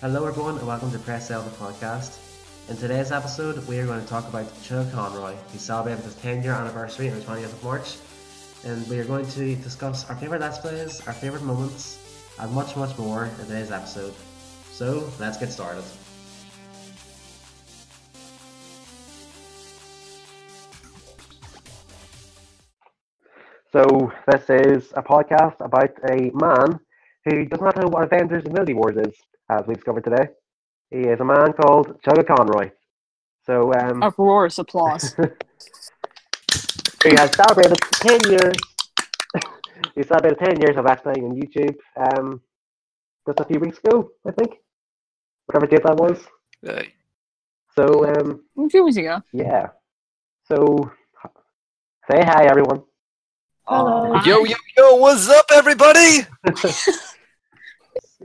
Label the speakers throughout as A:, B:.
A: Hello, everyone, and welcome to Press L, the podcast. In today's episode, we are going to talk about Joe Conroy, who celebrated his 10 year anniversary on the 20th of March. And we are going to discuss our favourite Let's Plays, our favourite moments, and much, much more in today's episode. So, let's get started.
B: So this is a podcast about a man who does not know what Avengers Infinity Wars is, as we discovered today. He is a man called Chugga Conroy. So um,
C: uproarious applause.
B: he has celebrated ten years. he celebrated ten years of acting on YouTube um, just a few weeks ago, I think. Whatever date that was.
D: Uh,
B: So um,
C: a few weeks ago.
B: yeah. So say hi, everyone.
C: Hello.
D: yo, yo, yo, what's up, everybody?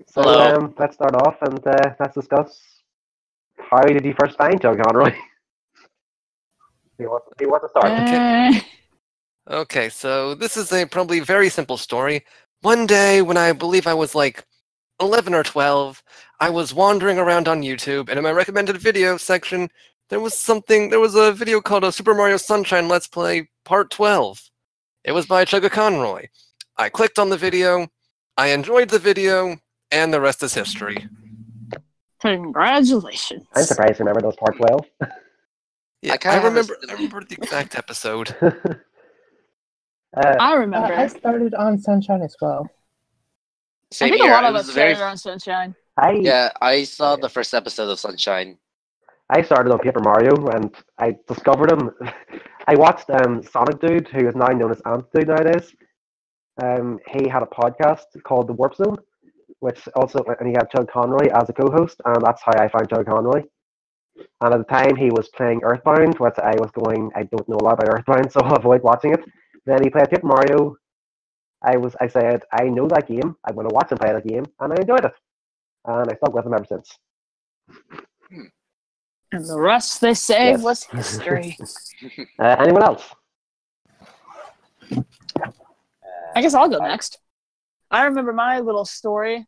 B: So
D: Hello.
B: um, let's start off and uh, let's discuss how did you first find Joe Conroy? do, you want, do you want to start?
C: Uh,
D: Okay, so this is a probably very simple story. One day, when I believe I was like 11 or 12, I was wandering around on YouTube, and in my recommended video section, there was something, there was a video called a Super Mario Sunshine Let's Play Part 12. It was by Chugga Conroy. I clicked on the video, I enjoyed the video, and the rest is history.
C: congratulations.
B: I'm surprised you remember those part well.
D: Yeah, I,
E: kinda have a
D: remember, I
E: similar-
D: remember the exact episode.
B: uh,
C: I remember.
F: I started on Sunshine as well.
C: I
E: Same
C: think
E: here.
C: a lot of
E: it was
C: us
E: the very
C: started on Sunshine.
B: I
E: yeah. I saw the first episode of Sunshine.
B: I started on Paper Mario and I discovered him. I watched um, Sonic Dude, who is now known as Ant Dude nowadays. Um, he had a podcast called The Warp Zone, which also and he had Joe Conroy as a co-host, and that's how I found Joe Conroy. And at the time, he was playing Earthbound, which I was going, I don't know a lot about Earthbound, so I'll avoid watching it. Then he played Paper Mario. I was, I said, I know that game. I'm going to watch him play that game, and I enjoyed it. And I stuck with him ever since.
C: And the rest, they say,
B: Yes.
C: was history.
B: Uh, anyone else?
C: I guess I'll go next. I remember my little story.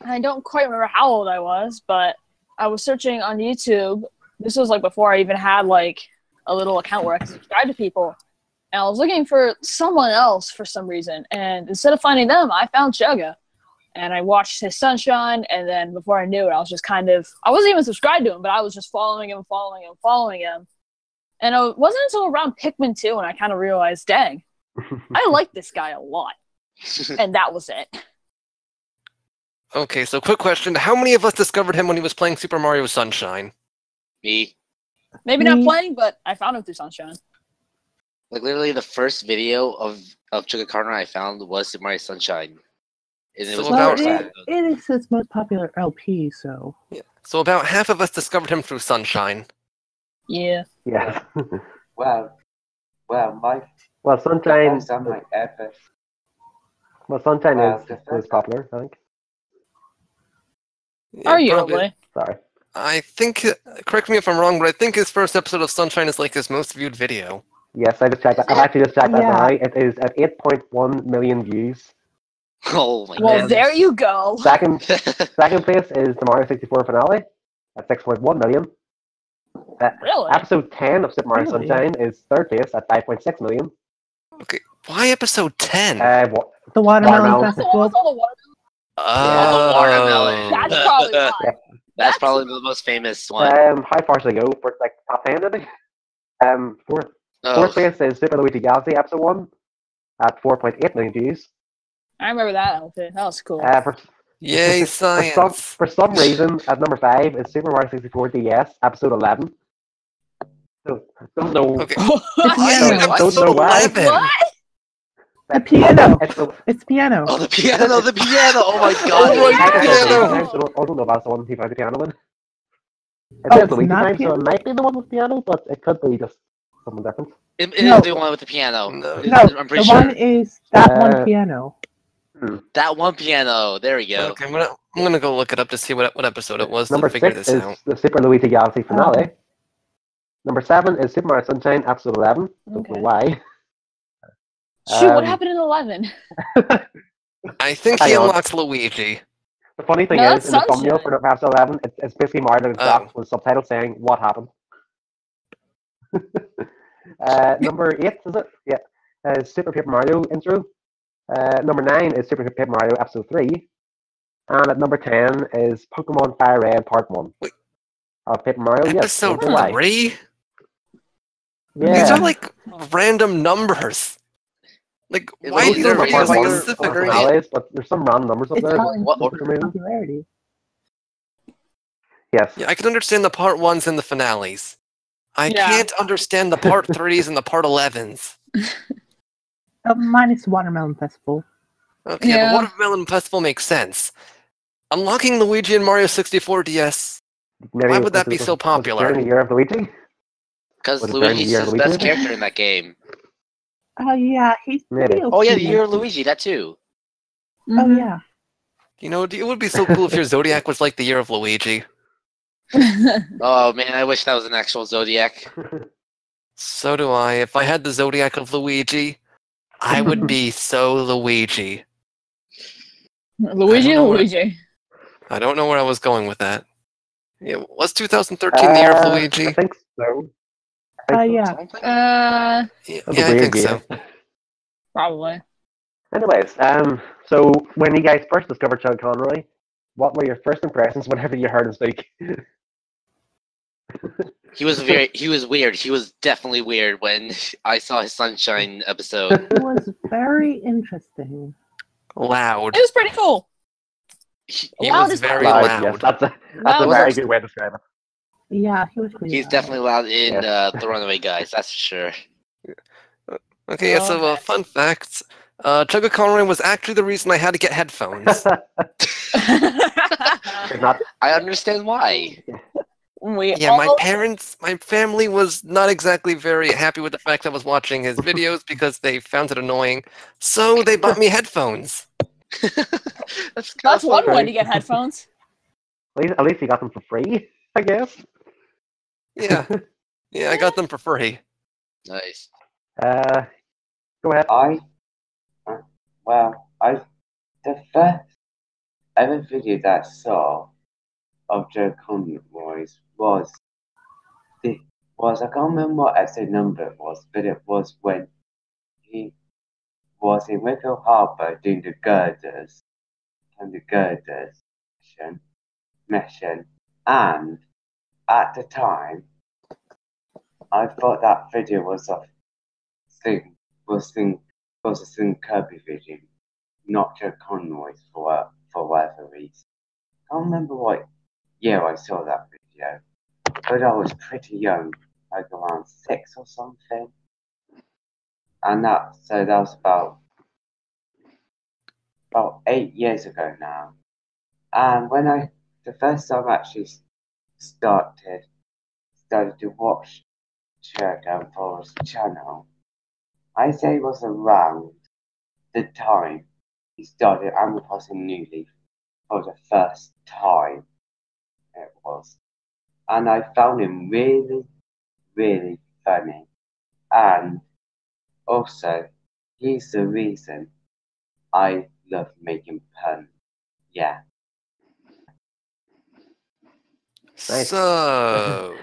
C: I don't quite remember how old I was, but I was searching on YouTube. This was like before I even had like a little account where I could subscribe to people. And I was looking for someone else for some reason. And instead of finding them, I found Chugga. And I watched his sunshine. And then before I knew it, I was just kind of, I wasn't even subscribed to him, but I was just following him, following him, following him. And it wasn't until around Pikmin 2 when I kind of realized, dang, I like this guy a lot. And that was it.
D: Okay, so quick question. How many of us discovered him when he was playing Super Mario Sunshine?
E: Me,
C: Maybe not
F: Mm.
C: playing, but I found him through Sunshine.
E: like literally, the first video of of Chugga Conroy I found was Super Mario Sunshine, and it
D: So
E: was
D: about-
E: power
F: Well, it, it is his most popular LP, so
D: So about half of us discovered him through Sunshine.
C: Yeah.
B: Yes.
G: Well, well, my
B: Well, Sunshine.
G: first time I ever.
B: Well, Sunshine
G: Uh,
B: is,
G: the
B: is
G: first-
B: popular, I think.
C: Are you
D: Probably-
C: ugly?
B: Sorry.
D: I think, correct me if I'm wrong, but I think his first episode of Sunshine is like his most viewed video.
B: Yes, I just checked. I've actually just checked that
F: Yeah.
B: now. It is at 8.1 million views.
E: Oh my
C: Well,
E: god!
C: there you go.
B: Second, second place is the Mario 64 finale at 6.1 million.
C: Really?
B: Episode 10 of Super Mario
F: Really?
B: Sunshine is third place at 5.6 million.
D: Why episode 10?
B: Uh, what,
F: the watermelon,
B: Watermelon.
C: That's the
F: classic
C: one
F: will
C: with all the water-
E: Oh, watermelon.
C: That's probably why.
E: That's probably the most famous one.
F: Uh,
B: um, how far should I go? We're like top 10, I think. Um, fourth,
E: oh,
B: fourth place is Super Luigi Galaxy Episode 1 at 4.8 million views.
C: I remember that outfit. That was cool.
B: Uh, for
D: Yay,
B: For some,
D: science.
B: for some reason, at number five is Super Mario 64 DS, episode 11. So, don't know.
D: Okay. Why
C: what?
D: is it
F: Don't
D: episode
B: know why.
D: 11?
F: The piano.
B: It's the,
F: It's piano.
E: oh, the piano, the piano! Oh my god!
C: Oh my
B: I, don't know,
C: Piano.
B: I don't- I don't know if that's the one he found the piano in. It
F: Oh,
B: says
F: it's
B: Luigi
F: not
B: time, so
F: piano?
B: it might be the one with piano, but it could be just someone different.
E: It, it
F: No.
E: is the one with the piano.
D: No.
F: no,
E: I'm
F: the
E: pretty sure
F: one is that
B: Uh, hmm,
F: one piano.
E: that one piano. There we go.
D: Okay, I'm gonna, I'm gonna go look it up to see what, what episode it was
B: Number
D: to figure
B: six
D: this
B: is
D: out.
B: the Super Luigi Galaxy
F: Oh.
B: finale. Number seven is Super Mario Sunshine, episode 11. Don't know
C: Okay.
B: why.
C: Shoot, what
B: Um,
C: happened in 11?
D: I think
B: Hang
D: he
B: on.
D: unlocks Luigi.
B: The funny thing
C: No,
B: is, in
C: that's
B: the thumbnail for Perhaps 11, it's, it's basically Mario
D: Oh.
B: himself with subtitles saying, What happened? uh, number 8, is it? Yeah. Uh, Super Paper Mario intro. Uh, number 9 is Super Paper Mario Episode 3. And at number 10 is Pokemon Fire Red Part 1.
D: Wait.
B: Of Paper Mario, Oh, yes.
D: Episode
B: that's why.
D: three. These
B: Yeah.
D: are like random numbers. Like,
E: Yeah,
D: why
E: those
D: these
E: are
D: are
E: my
D: videos
E: part one
D: specifically?
E: personality.
B: personalities, but there's some random numbers up
F: It's
B: there.
F: counting
E: what
F: for
B: order am I in?
F: popularity.
B: Yes.
D: Yeah, I can understand the part ones and the finales. I
C: Yeah.
D: can't understand the part threes and the part elevens.
F: Oh, minus Watermelon Festival.
D: Okay,
C: Yeah.
D: but Watermelon Festival makes sense. Unlocking Luigi and Mario 64 DS.
B: Maybe
D: Why
B: it
D: would that
B: was-
D: be
B: was-
D: so
B: was during
D: popular?
B: the year of Luigi?
E: Because
B: Was it during the
E: Luigi's
B: year
E: the
B: Luigi
E: best
B: did it?
E: character in that game.
F: Oh yeah, he's
B: Maybe.
F: pretty
E: Oh yeah, the
F: okay.
E: year of Luigi, that too.
F: Oh yeah.
D: You know, it would be so cool if your Zodiac was like the year of Luigi.
C: yeah.
E: Oh man, I wish that was an actual Zodiac.
D: So do I. If I had the Zodiac of Luigi, I would be so Luigi. I
C: Luigi,
D: don't know where-
C: Luigi.
D: I don't know where I was going with that. Yeah, was 2013 the year of
B: Uh, I
D: Luigi?
B: think so. I
F: Oh
B: think so.
F: yeah.
C: Uh,
D: Yeah,
B: That's a
D: yeah, I
B: weird
D: think so.
B: year.
C: probably.
B: Anyways, um, so when you guys first discovered Sean Conroy, what were your first impressions whenever you heard him speak?
E: He was very he was weird. He was definitely weird when I saw his sunshine episode.
F: It was very interesting.
D: Loud.
C: It was pretty cool.
E: He-
D: He
C: Loud
D: was
C: is
D: very
B: Loud,
D: loud.
B: Yes, that's a, that's
C: Loud
B: a
E: was
B: very
E: abs-
B: good way to describe it.
F: Yeah, he was pretty
E: He's
F: loud.
E: definitely loud in
B: Yes.
E: uh, The Runaway Guys, that's for sure.
D: Okay, yeah, so uh, fun fact. Uh, Chugga Conroy was actually the reason I had to get headphones.
B: It's not,
E: I understand why.
C: we
D: yeah, my
C: all-
D: parents, my family was not exactly very happy with the fact I was watching his videos because they found it annoying. So they bought me headphones.
E: That's, kinda
C: That's one
E: funny.
C: way to get headphones.
B: at, least, at least he got them for free, I guess.
D: Yeah. Yeah, I got them for free.
E: Nice.
B: Uh, go ahead.
G: I. uh, Well, I. The first ever video that I saw of Joe Conroy's was. The, was I can't remember what episode number it was, but it was when he was in Wicklow Harbour doing the girders and the girders mission, mission, and at the time, I thought that video was of thing was thing was a thing Kirby vision, not Joe Conroy's for uh, for whatever reason. I can't remember what year I saw that video, but I was pretty young, like around six or something. And that so that was about about eight years ago now. And when I the first time I actually s- started started to watch Jack and Paul's channel, I say it was around the time he started Animal Crossing New Leaf for the first time. It was. And I found him really, really funny. And also, he's the reason I love making puns. Yeah.
B: Nice.
D: So.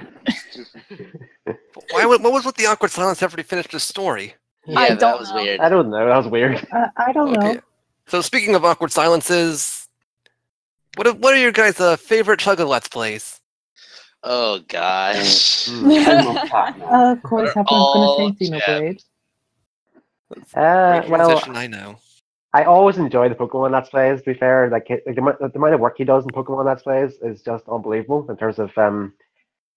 D: Why, wa- what was with the awkward silence after he finished his story?
E: Yeah,
C: I
E: that
C: don't
E: was
C: know.
E: weird.
B: I don't know. That was weird.
F: Uh, I don't know.
D: So speaking of awkward silences, what are, what are your guys' uh, favorite Chugga Let's Plays?
E: Oh gosh.
B: Hmm.
G: Animal Platinum.
F: Uh, of course,
E: They're
F: everyone's
E: all
F: gonna say Xenoblade.
B: Uh,
D: Great
B: well,
D: musician I know.
B: I always enjoy the Pokemon Let's Plays. To be fair, like, it- like the, amount- the amount of work he does in Pokemon Let's Plays is just unbelievable in terms of um,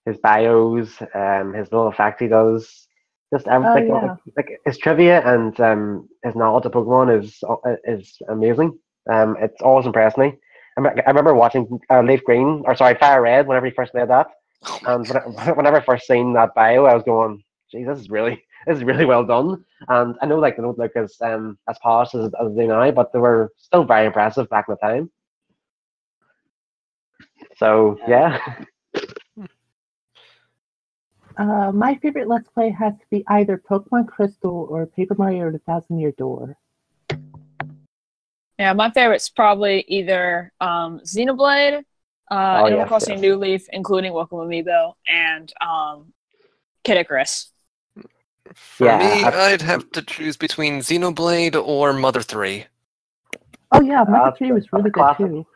B: his bios, um, his little facts he does, just everything.
F: yeah.
B: like, like, his trivia and um, his knowledge of Pokemon is uh, is amazing. Um, it's always impressed me. I, me- I remember watching uh, Leaf Green, or sorry, Fire Red, whenever he first made that,
E: Oh my
B: and when- whenever I first seen that bio, I was going, "Geez, this is really, this is really well done." And I know like they don't look as um as polished as, as they now, but they were still very impressive back in the time. So yeah,
F: Uh, my favorite Let's Play has to be either Pokemon Crystal or Paper Mario: The Thousand Year Door.
C: Yeah, my favorite's probably either um, Xenoblade, uh,
B: Oh,
C: Animal
B: yes,
C: Crossing
B: yes.
C: New Leaf, including Welcome Amiibo, and um, Kid Icarus.
D: For
B: Yeah,
D: me,
B: I've-
D: I'd have to choose between Xenoblade or Mother 3.
F: Oh yeah, Mother
B: That's
F: Tree
B: good.
F: was really good
B: That's classic.
F: too.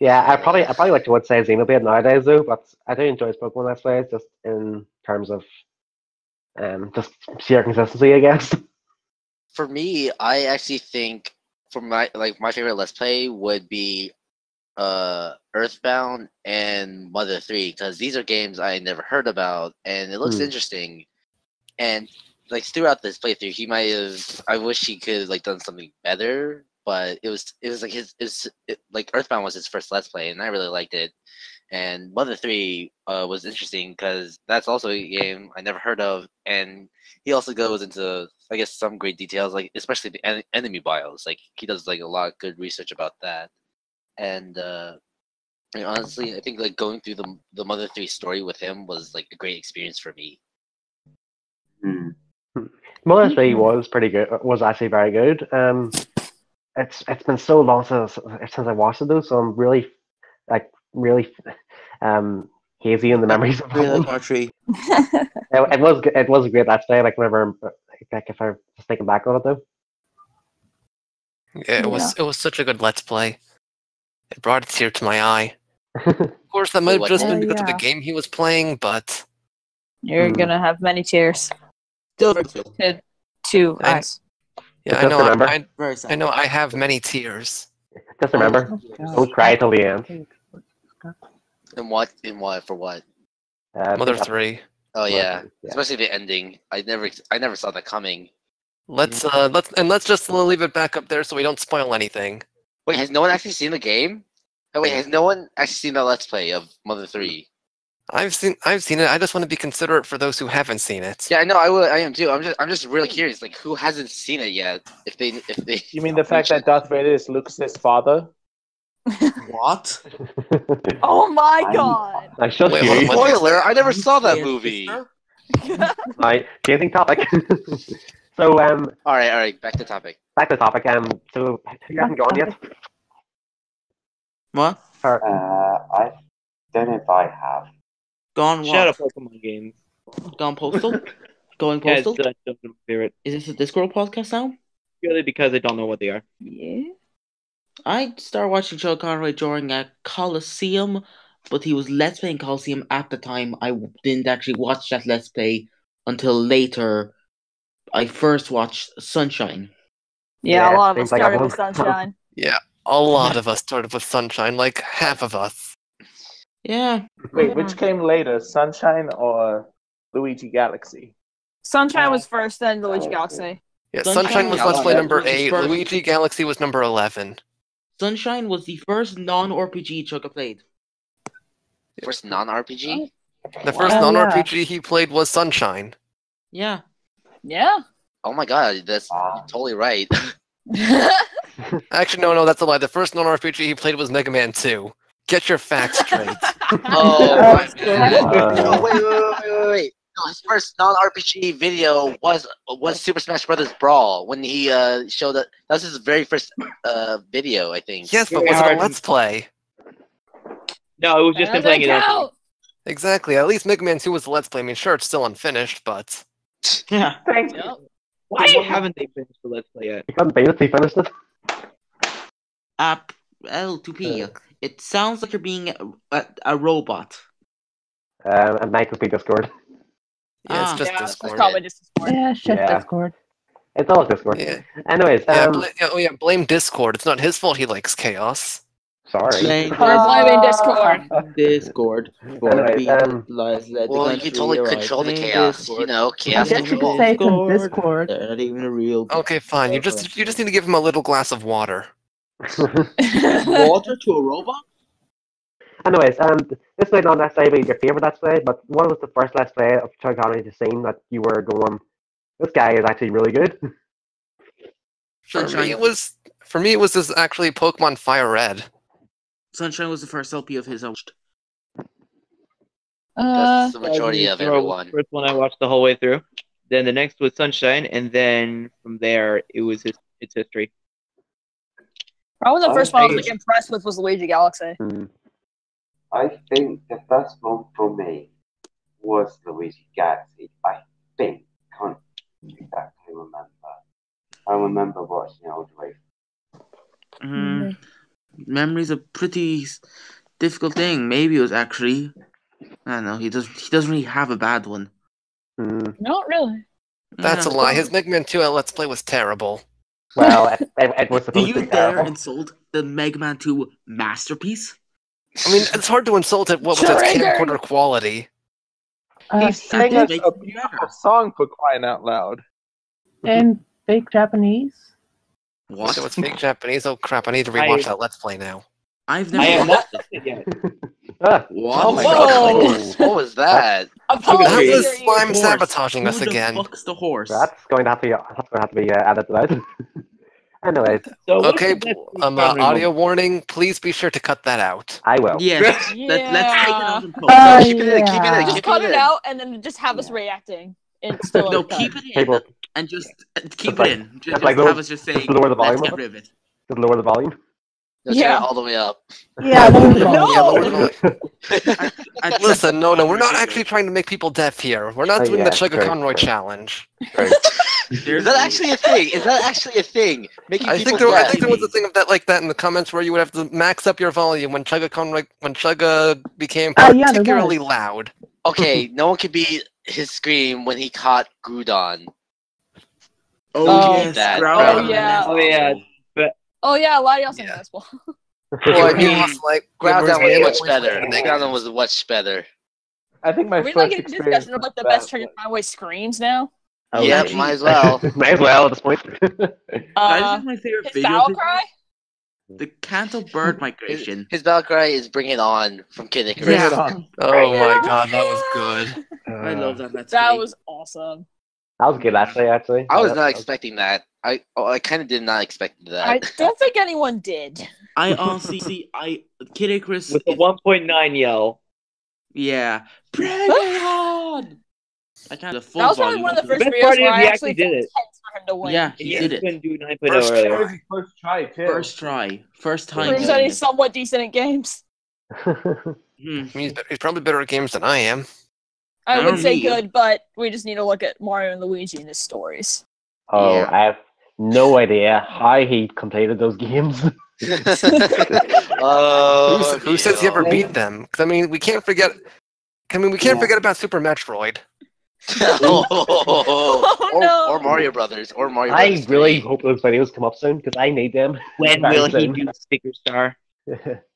B: Yeah, I probably I probably like to would say Xenoblade nowadays though, but I do enjoy Pokemon Let's Plays just in terms of um just sheer consistency, I guess.
E: For me, I actually think for my like my favorite let's play would be uh Earthbound and Mother 3 cuz these are games I never heard about and it looks
B: Hmm.
E: interesting. And like throughout this playthrough, he might have I wish he could have like done something better, but it was it was like his is it, like Earthbound was his first let's play and I really liked it. And Mother 3 uh, was interesting cuz that's also a game I never heard of and he also goes into I guess some great details, like especially the en- enemy bios. Like he does like a lot of good research about that. And uh, and honestly, I think like going through the the Mother Three story with him was like a great experience for me.
G: Hmm.
B: Mother Three
F: Mhm.
B: was pretty good. Was actually very good. Um, it's it's been so long since since I watched it though, so I'm really like really um hazy in the memories of that one.
H: archery.
B: It, it was g- it was a great last night. Like whenever like if I was thinking back on it though.
D: Yeah, it was it was such a good Let's Play. It brought a tear to my eye. Of course, that might have
E: What?
D: just been
F: Oh,
D: because of the
F: yeah.
D: game he was playing, but
C: You're
B: Hmm.
C: gonna have many tears
H: Still
C: to two
D: I-
C: eyes.
D: yeah,
B: Just
D: I know I,
B: remember.
D: I,
H: very sad.
D: I know I have many tears.
B: Just remember,
F: Oh, gosh.
B: don't cry till the end.
E: And what and what for what?
B: Uh,
D: Mother
B: that's-
D: three.
E: Oh
B: Mother
E: yeah,
B: Three, yeah.
E: especially the ending. I never ex- I never saw that coming.
D: Let's uh let's and let's just leave it back up there so we don't spoil anything.
E: Wait, has no one actually seen the game? Oh wait, has no one actually seen the Let's Play of Mother Three?
D: I've seen I've seen it. I just want to be considerate for those who haven't seen it.
E: Yeah, I know. I will. I am too. I'm just. I'm just really curious. Like, who hasn't seen it yet? If they. If they.
I: You mean the fact that Darth Vader is Lucas's father?
H: What?
C: Oh my
G: I-
C: god!
B: I should
D: Wait,
B: you.
D: hold on, what?
E: Spoiler! I never saw that
H: Yeah,
E: movie.
H: sister?
B: my changing topic. so um,
E: All right, all right. Back to topic.
B: back to topic. Um, so you haven't gone yet.
H: What?
B: Or,
G: Uh, I don't know if I have.
H: Gone what?
I: Shout out Pokemon games.
H: Gone postal? Going
I: Yeah, it's
H: postal?
I: still- I don't know if they're it.
H: Is this a Discord podcast now?
I: Purely because I don't know what they are.
C: Yeah.
H: I started watching Joe Conroy during a Coliseum, but he was Let's Playing Coliseum at the time. I w- didn't actually watch that Let's Play until later. I first watched Sunshine.
C: Yeah, a
B: Yeah,
C: lot of us
B: seems like
C: started
B: everyone-
C: with sunshine.
D: Yeah, a lot of us started with Sunshine, like half of us.
H: Yeah.
I: Wait, which came later, Sunshine or Luigi Galaxy?
C: Sunshine
I: Uh,
C: was first, then Luigi
G: okay.
C: Galaxy.
D: Yeah,
H: Sunshine
D: Sunshine, was
H: was
D: Let's
H: on
D: Play
H: that
D: number
H: Luigi's
D: eight.
H: first-
D: Luigi Galaxy was number eleven.
H: Sunshine was the first non RPG Chugga played.
E: First non-RPG.
D: The first
F: Oh, yeah.
D: non-RPG he played was Sunshine.
H: Yeah.
C: Yeah.
E: Oh my god, that's
B: Ah.
G: Wow.
E: totally right.
D: Actually, no, no, that's a lie. The first non-RPG he played was Mega Man Two. Get your facts straight.
E: oh my god. No,
B: Uh,
E: wait, wait, wait, wait, wait, wait. No, his first non-RPG video was was Super Smash Brothers Brawl when he uh showed that. That was his very first uh video, I think.
D: yes, but
I: Yeah,
D: was it a
I: Arden.
D: Let's Play?
I: No, it was just him playing it. on-
D: Exactly. At least Mega Man 2 was a Let's Play. I mean, sure, it's still unfinished, but
H: Yeah.
I: Why haven't they finished the Let's Play yet?
B: you couldn't beat it. till You finished it.
H: App L2P.
C: Uh.
H: It sounds like you're being a, a, a robot.
B: Um, and Mike would be Discord.
D: yeah,
H: Ah.
D: it's just
C: yeah, it's
D: Discord.
C: probably just Discord.
F: Yeah, shut
B: Yeah.
F: Discord.
B: It's all Discord.
D: Yeah.
B: Anyways,
D: Yeah,
B: um,
D: bla- yeah, oh yeah, blame Discord. It's not his fault he likes chaos.
B: sorry.
H: Playing
C: We're blaming Discord.
H: Discord for
B: Anyways,
H: being
B: um,
H: lies led the
E: Well, you
H: country
E: can totally
H: arise.
E: control the
H: Playing
E: chaos.
H: Discord.
E: You know,
F: I
E: chaos
H: Yes,
F: guess you
E: control.
F: could say it's on
H: Discord.
F: Discord.
H: They're not even a real.
D: Okay, fine. You just you just need to give him a little glass of water.
H: water to a robot.
B: Anyways, um, this might not necessarily be your favorite Let's Play, but what was the first Let's Play of Chuck Connery you've seen that you were going, this guy is actually really good?
D: For me,
H: Sunshine.
D: it was for me it was this actually Pokemon Fire Red.
H: Sunshine was the first LP of his own.
C: Uh,
E: That's the majority of
I: Zero was the
E: everyone.
I: First one I watched the whole way through. Then the next was Sunshine, and then from there it was his, its history.
C: Probably the
G: Oh,
C: first one I was
G: geez.
C: like impressed with was Luigi Galaxy.
G: I think the first one for me was Luigi Galaxy. I think can't exactly remember. I remember watching it all the way.
H: Mm. Memory's a pretty s- difficult thing. Maybe it was actually. I don't know. He doesn't. He doesn't really have a bad one.
B: Mm.
C: Not really.
D: That's
H: Yeah.
D: a lie. His Mega Man 2 at Let's Play was terrible.
B: Well, it, it, it was
H: Do
B: supposed to
H: you
B: be
H: dare
B: terrible.
H: insult the Mega Man Two masterpiece?
D: I mean, it's hard to insult it what was its
C: Triggered.
D: camcorder quality.
F: Uh,
H: He
I: Sang
H: sang
I: us
H: it
I: a beautiful song for crying out loud.
F: in fake Japanese.
D: What? It
H: What?
D: was fake Japanese. Oh crap! I need to
J: I-
D: rewatch that Let's Play now.
H: I've
J: I
H: never.
J: have not seen it yet.
B: Ah,
H: What?
E: Oh my
C: Whoa!
E: What was that?
C: Apologies
D: Oh,
H: Wait,
D: That was
C: your ears.
D: slime sabotaging
H: Who
D: us
H: the
D: again.
H: Fuck's the horse.
B: that's going to have to be, that's going to have to be uh, edited out. Anyways,
J: So what
D: Okay,
J: is the best
D: um, uh,
J: genre
D: audio
J: movie?
D: warning. Please be sure to cut that out.
B: I will.
H: Yes. Let, let's take it
C: Yeah.
H: out and post.
F: Uh,
E: keep it in, keep it in,
F: yeah.
E: keep
C: Just cut
E: it
C: it
E: in.
C: out and then just have us reacting. And still
H: No,
C: uncut.
H: keep it in
B: People,
H: and just uh, keep it
B: like-
H: in. Just,
B: just like
H: have
B: those-
H: us just
B: just
H: saying,
B: lower the
H: let's
B: volume
H: get
B: of it.
H: rid of it.
B: Just lower the volume.
E: No, turn
C: Yeah.
E: it all the way up.
F: Yeah,
B: No.
F: those are all-
D: Yeah, lower
C: No!
D: the volume.
H: I- I tried
D: Listen,
H: to-
D: no, no, we're
H: I
D: not
H: tried to-
D: actually trying to make people deaf here. We're not
B: Oh,
D: doing
B: yeah,
D: the Sugar
B: true,
D: Conroy
B: true.
D: challenge.
E: Is that actually a thing? Is that actually a thing? Making
D: I
E: people
D: think there, I
E: deaf.
D: think there was a thing of that like that in the comments where you would have to max up your volume when Chugga Conroy when Chugga became
F: Ah, yeah, there
D: particularly
F: was.
D: loud.
E: Okay, no one could beat his scream when he caught Grudon.
H: Oh,
C: Oh,
H: yes,
E: that-
H: Groudon.
C: oh, yeah.
J: Oh, yeah.
C: Oh yeah, Latios
D: Yeah.
C: yeah. Invincible.
E: Well, I
D: I mean,
E: mean,
D: it's like
E: Groudon
D: Glimmer's
E: was
D: main
E: much
D: point
E: better.
D: was negative.
E: Groudon was much better.
I: I think my
C: We're not
I: first
C: getting a
I: experience.
C: discussion about the
I: with
C: best
I: that
C: Trigger
I: was-
C: Conway screams now.
H: Oh,
E: yep,
H: yeah.
E: might as well.
B: May as well at this point.
H: That is
C: Uh,
H: just my favorite
C: his
H: video.
C: battle
H: of his-
C: cry?
H: The Canto Bird
E: His,
H: Migration.
E: his battle cry is "Bring It On" from Kid Icarus.
I: Bring
H: Yeah.
I: it on.
D: Oh my god, that was good.
H: I love that. Let's
C: That
H: play.
C: was awesome.
B: That was good, actually. Actually,
I: Oh,
E: I was
B: That-
E: not
B: that
E: expecting that. I oh, I kind of did not expect that.
C: I don't think anyone did.
H: I honestly see. I Kid Icarus.
J: With the
H: is-
J: 1.9 yell.
H: Yeah. Bring it on! I kind of full
C: that was probably
H: volume
C: one of the
H: up.
C: first
J: best
C: videos
J: part
C: where
J: is
C: I
J: he
C: actually
J: actually did
C: felt
J: it.
C: tense for him to win.
H: Yeah, he
J: He
H: did it.
J: couldn't do 9.0
D: First
I: That
J: earlier.
I: was his first try too.
H: First try. First time.
C: Proves
H: doing
C: that
H: it.
C: he's somewhat decent at games.
H: Hmm.
D: I mean, he's, be- he's probably better at games than I am.
C: I
H: Not
C: would say
H: me.
C: good, but we just need to look at Mario and Luigi and his stories.
B: Oh,
E: Yeah.
B: I have no idea how he completed those games.
E: oh,
D: Who's- who says you
E: Neil.
D: ever beat them? 'Cause, I mean, we can't forget. I mean, we can't
I: Yeah.
D: forget about Super Metroid.
C: Oh,
E: or,
C: no.
E: or Mario Brothers, or Mario.
B: I
E: Brothers
B: really
E: 3.
B: hope those videos come up soon because I need them.
J: When
B: Very
J: will he
B: soon.
J: do Sticker Star?
E: Yeah,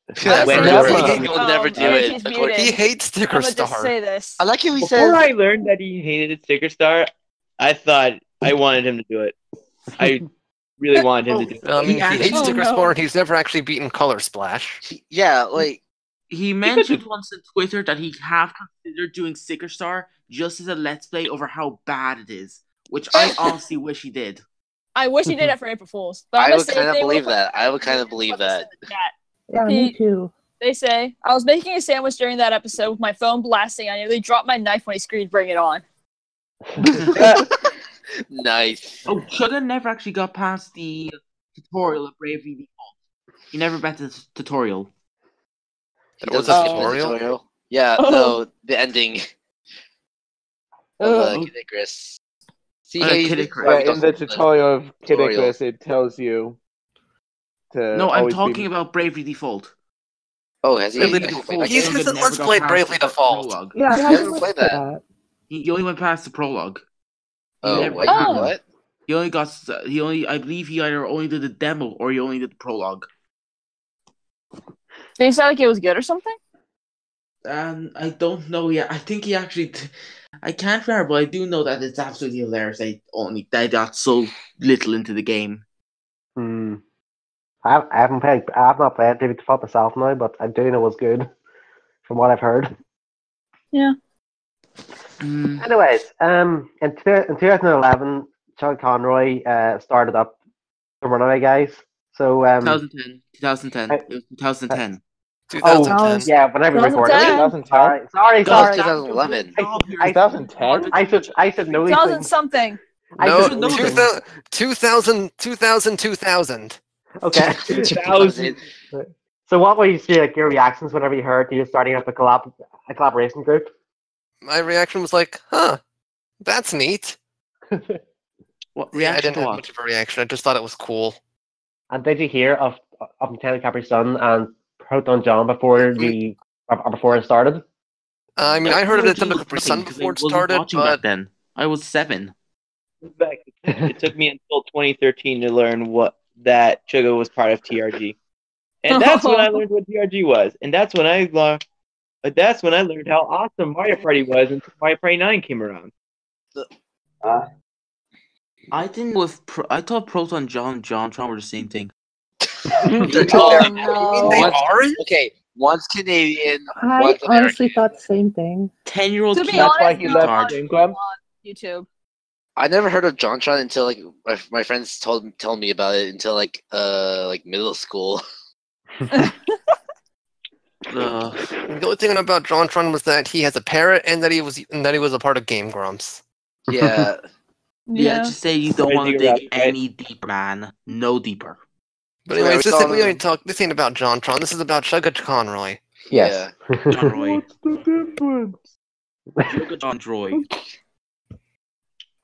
C: Honestly,
J: When
E: Mario
J: never.
E: Brothers
C: Luigi,
E: he will
C: um,
E: never do
C: Luigi's
E: it. according-
C: muted.
D: He hates
C: I'm
D: Sticker
C: gonna just
D: Star.
C: say this.
E: I like how he says.
J: Before I learned that he hated Sticker Star, I thought I wanted him to do it. I really wanted him to do it.
D: I mean,
H: He
D: he hates
H: actually-
C: Oh,
D: Sticker
C: no.
D: Star, and he's never actually beaten Color Splash.
E: he- yeah, like
H: He mentioned once on Twitter that he have considered doing Sticker Star just as a Let's Play over how bad it is, which I honestly wish he did.
C: I wish he did it for April Fools. But I'm
E: I
C: gonna
E: would
C: say
E: kind of
C: they would've
E: believe
C: put-
E: that. I would kind
C: they
E: of
C: would've
E: believe
C: put this
E: that.
C: in the chat.
F: Yeah, me too.
C: They say, I was making a sandwich during that episode with my phone blasting. I nearly dropped my knife when he screamed, Bring it on.
E: Nice.
H: Oh, Chugga never actually got past the tutorial of Bravely Default. He never met the t- tutorial.
E: He
D: There was
E: doesn't
D: a
E: skip the
D: tutorial?
E: Yeah,
C: Oh.
E: no, the ending of uh,
H: Oh.
E: Kid Icarus. See
H: Uh,
E: how he's
H: Kid
E: being
H: Icarus.
E: why
I: Yeah,
E: we
I: in
E: don't
I: the
E: skip
I: tutorial of Kid
E: tutorial.
I: Icarus, it tells you to.
H: No, I'm
I: always
H: talking
I: be...
H: about Bravely Default.
E: Oh, has he
D: Bravely
H: Bravely
E: actually played
H: Default.
E: that
D: He
E: game?
D: He's-
H: Chugga
D: says,
H: never
D: "Let's
H: got
D: play
H: past
D: Bravely
H: the
D: Default."
H: prologue.
F: Yeah,
E: You
F: how
E: haven't
F: much
E: played
F: for
E: that?
H: He, he only went past the prologue. He
E: Oh,
H: never
E: wait,
H: got
C: Oh.
E: what?
H: He only got. s- He only. I believe he either only did the demo or he only did the prologue.
C: Did he sound like it was good or something?
H: Um, I don't know yet. I think he actually. T- I can't remember, but I do know that it's absolutely hilarious. They only they got so little into the game.
B: Hmm. I, hav- I haven't played. I have not played David Default myself now, but I do know it was good, from what I've heard.
H: Mm.
B: Anyways, um, in, two, in 2011, John Conroy uh, started up the Runaway Guys. So um,
H: 2010, 2010,
B: I-
H: it was 2010.
J: oh,
D: 2010.
B: yeah, whenever we recorded. it.
C: 2010.
I: 2010.
B: Sorry, sorry,
E: That
B: sorry.
E: was 2011.
B: I-
I: 2010.
B: I should I should know these
C: 2000
B: things.
C: something.
B: I
D: No,
B: should know
D: 2000, 2000, 2000, 2000.
B: Okay.
J: Thousand.
B: so what were you like your reactions whenever you heard he was starting up a collab a collaboration group?
D: My reaction was like, huh, that's neat.
H: What
D: Yeah, I
H: reaction
D: didn't
H: to
D: have
H: what?
D: much of a reaction. I just thought it was cool.
B: And did you hear of of Natalia Capri Sun and Proton John
D: Mm.
B: before you or- or before it started?
D: Uh, I mean, I heard it
H: No,
D: at
H: Jim
D: Thunder
H: was
D: Capri
H: nothing,
D: Sun
H: 'cause I
D: before it
H: wasn't
D: started,
H: watching back
D: but
H: then I was seven.
J: Back- It took me until 2013 to learn what that Chugga was part of TRG, and that's when I learned what TRG was, and that's when I learned. But that's when I learned how awesome Mario Party was until Mario Party 9 came around.
G: Uh,
H: I think with Pro- I thought Proton John and Jontron were the same thing.
E: They're two
C: Oh
E: Americans.
C: no!
D: they
E: Once-
D: aren't?
E: Okay, one's Canadian,
F: I
E: one's
F: honestly
E: American.
F: thought the same thing.
H: Ten year old
C: To be
H: kid.
I: That's why
C: honest,
I: he
C: no,
I: left
C: on-
I: Game Grumps.
C: on YouTube.
E: I never heard of JonTron until like my, my friends told told me about it until like uh like middle school.
H: Ugh.
D: The only thing about Jontron was that he has a parrot and that he was and that he was a part of Game Grumps.
E: Yeah,
H: yeah. just say you don't
J: Crazy
H: want to dig
J: rabbit, right?
H: any deeper, man. No deeper.
D: But
E: Yeah,
D: anyways,
E: we
D: this
E: saw
D: ain't, we
E: him.
D: ain't talk. This ain't about Jontron. This is about Chugga Conroy.
E: yeah.
H: John Roy.
F: the difference?
H: Sugar John Roy.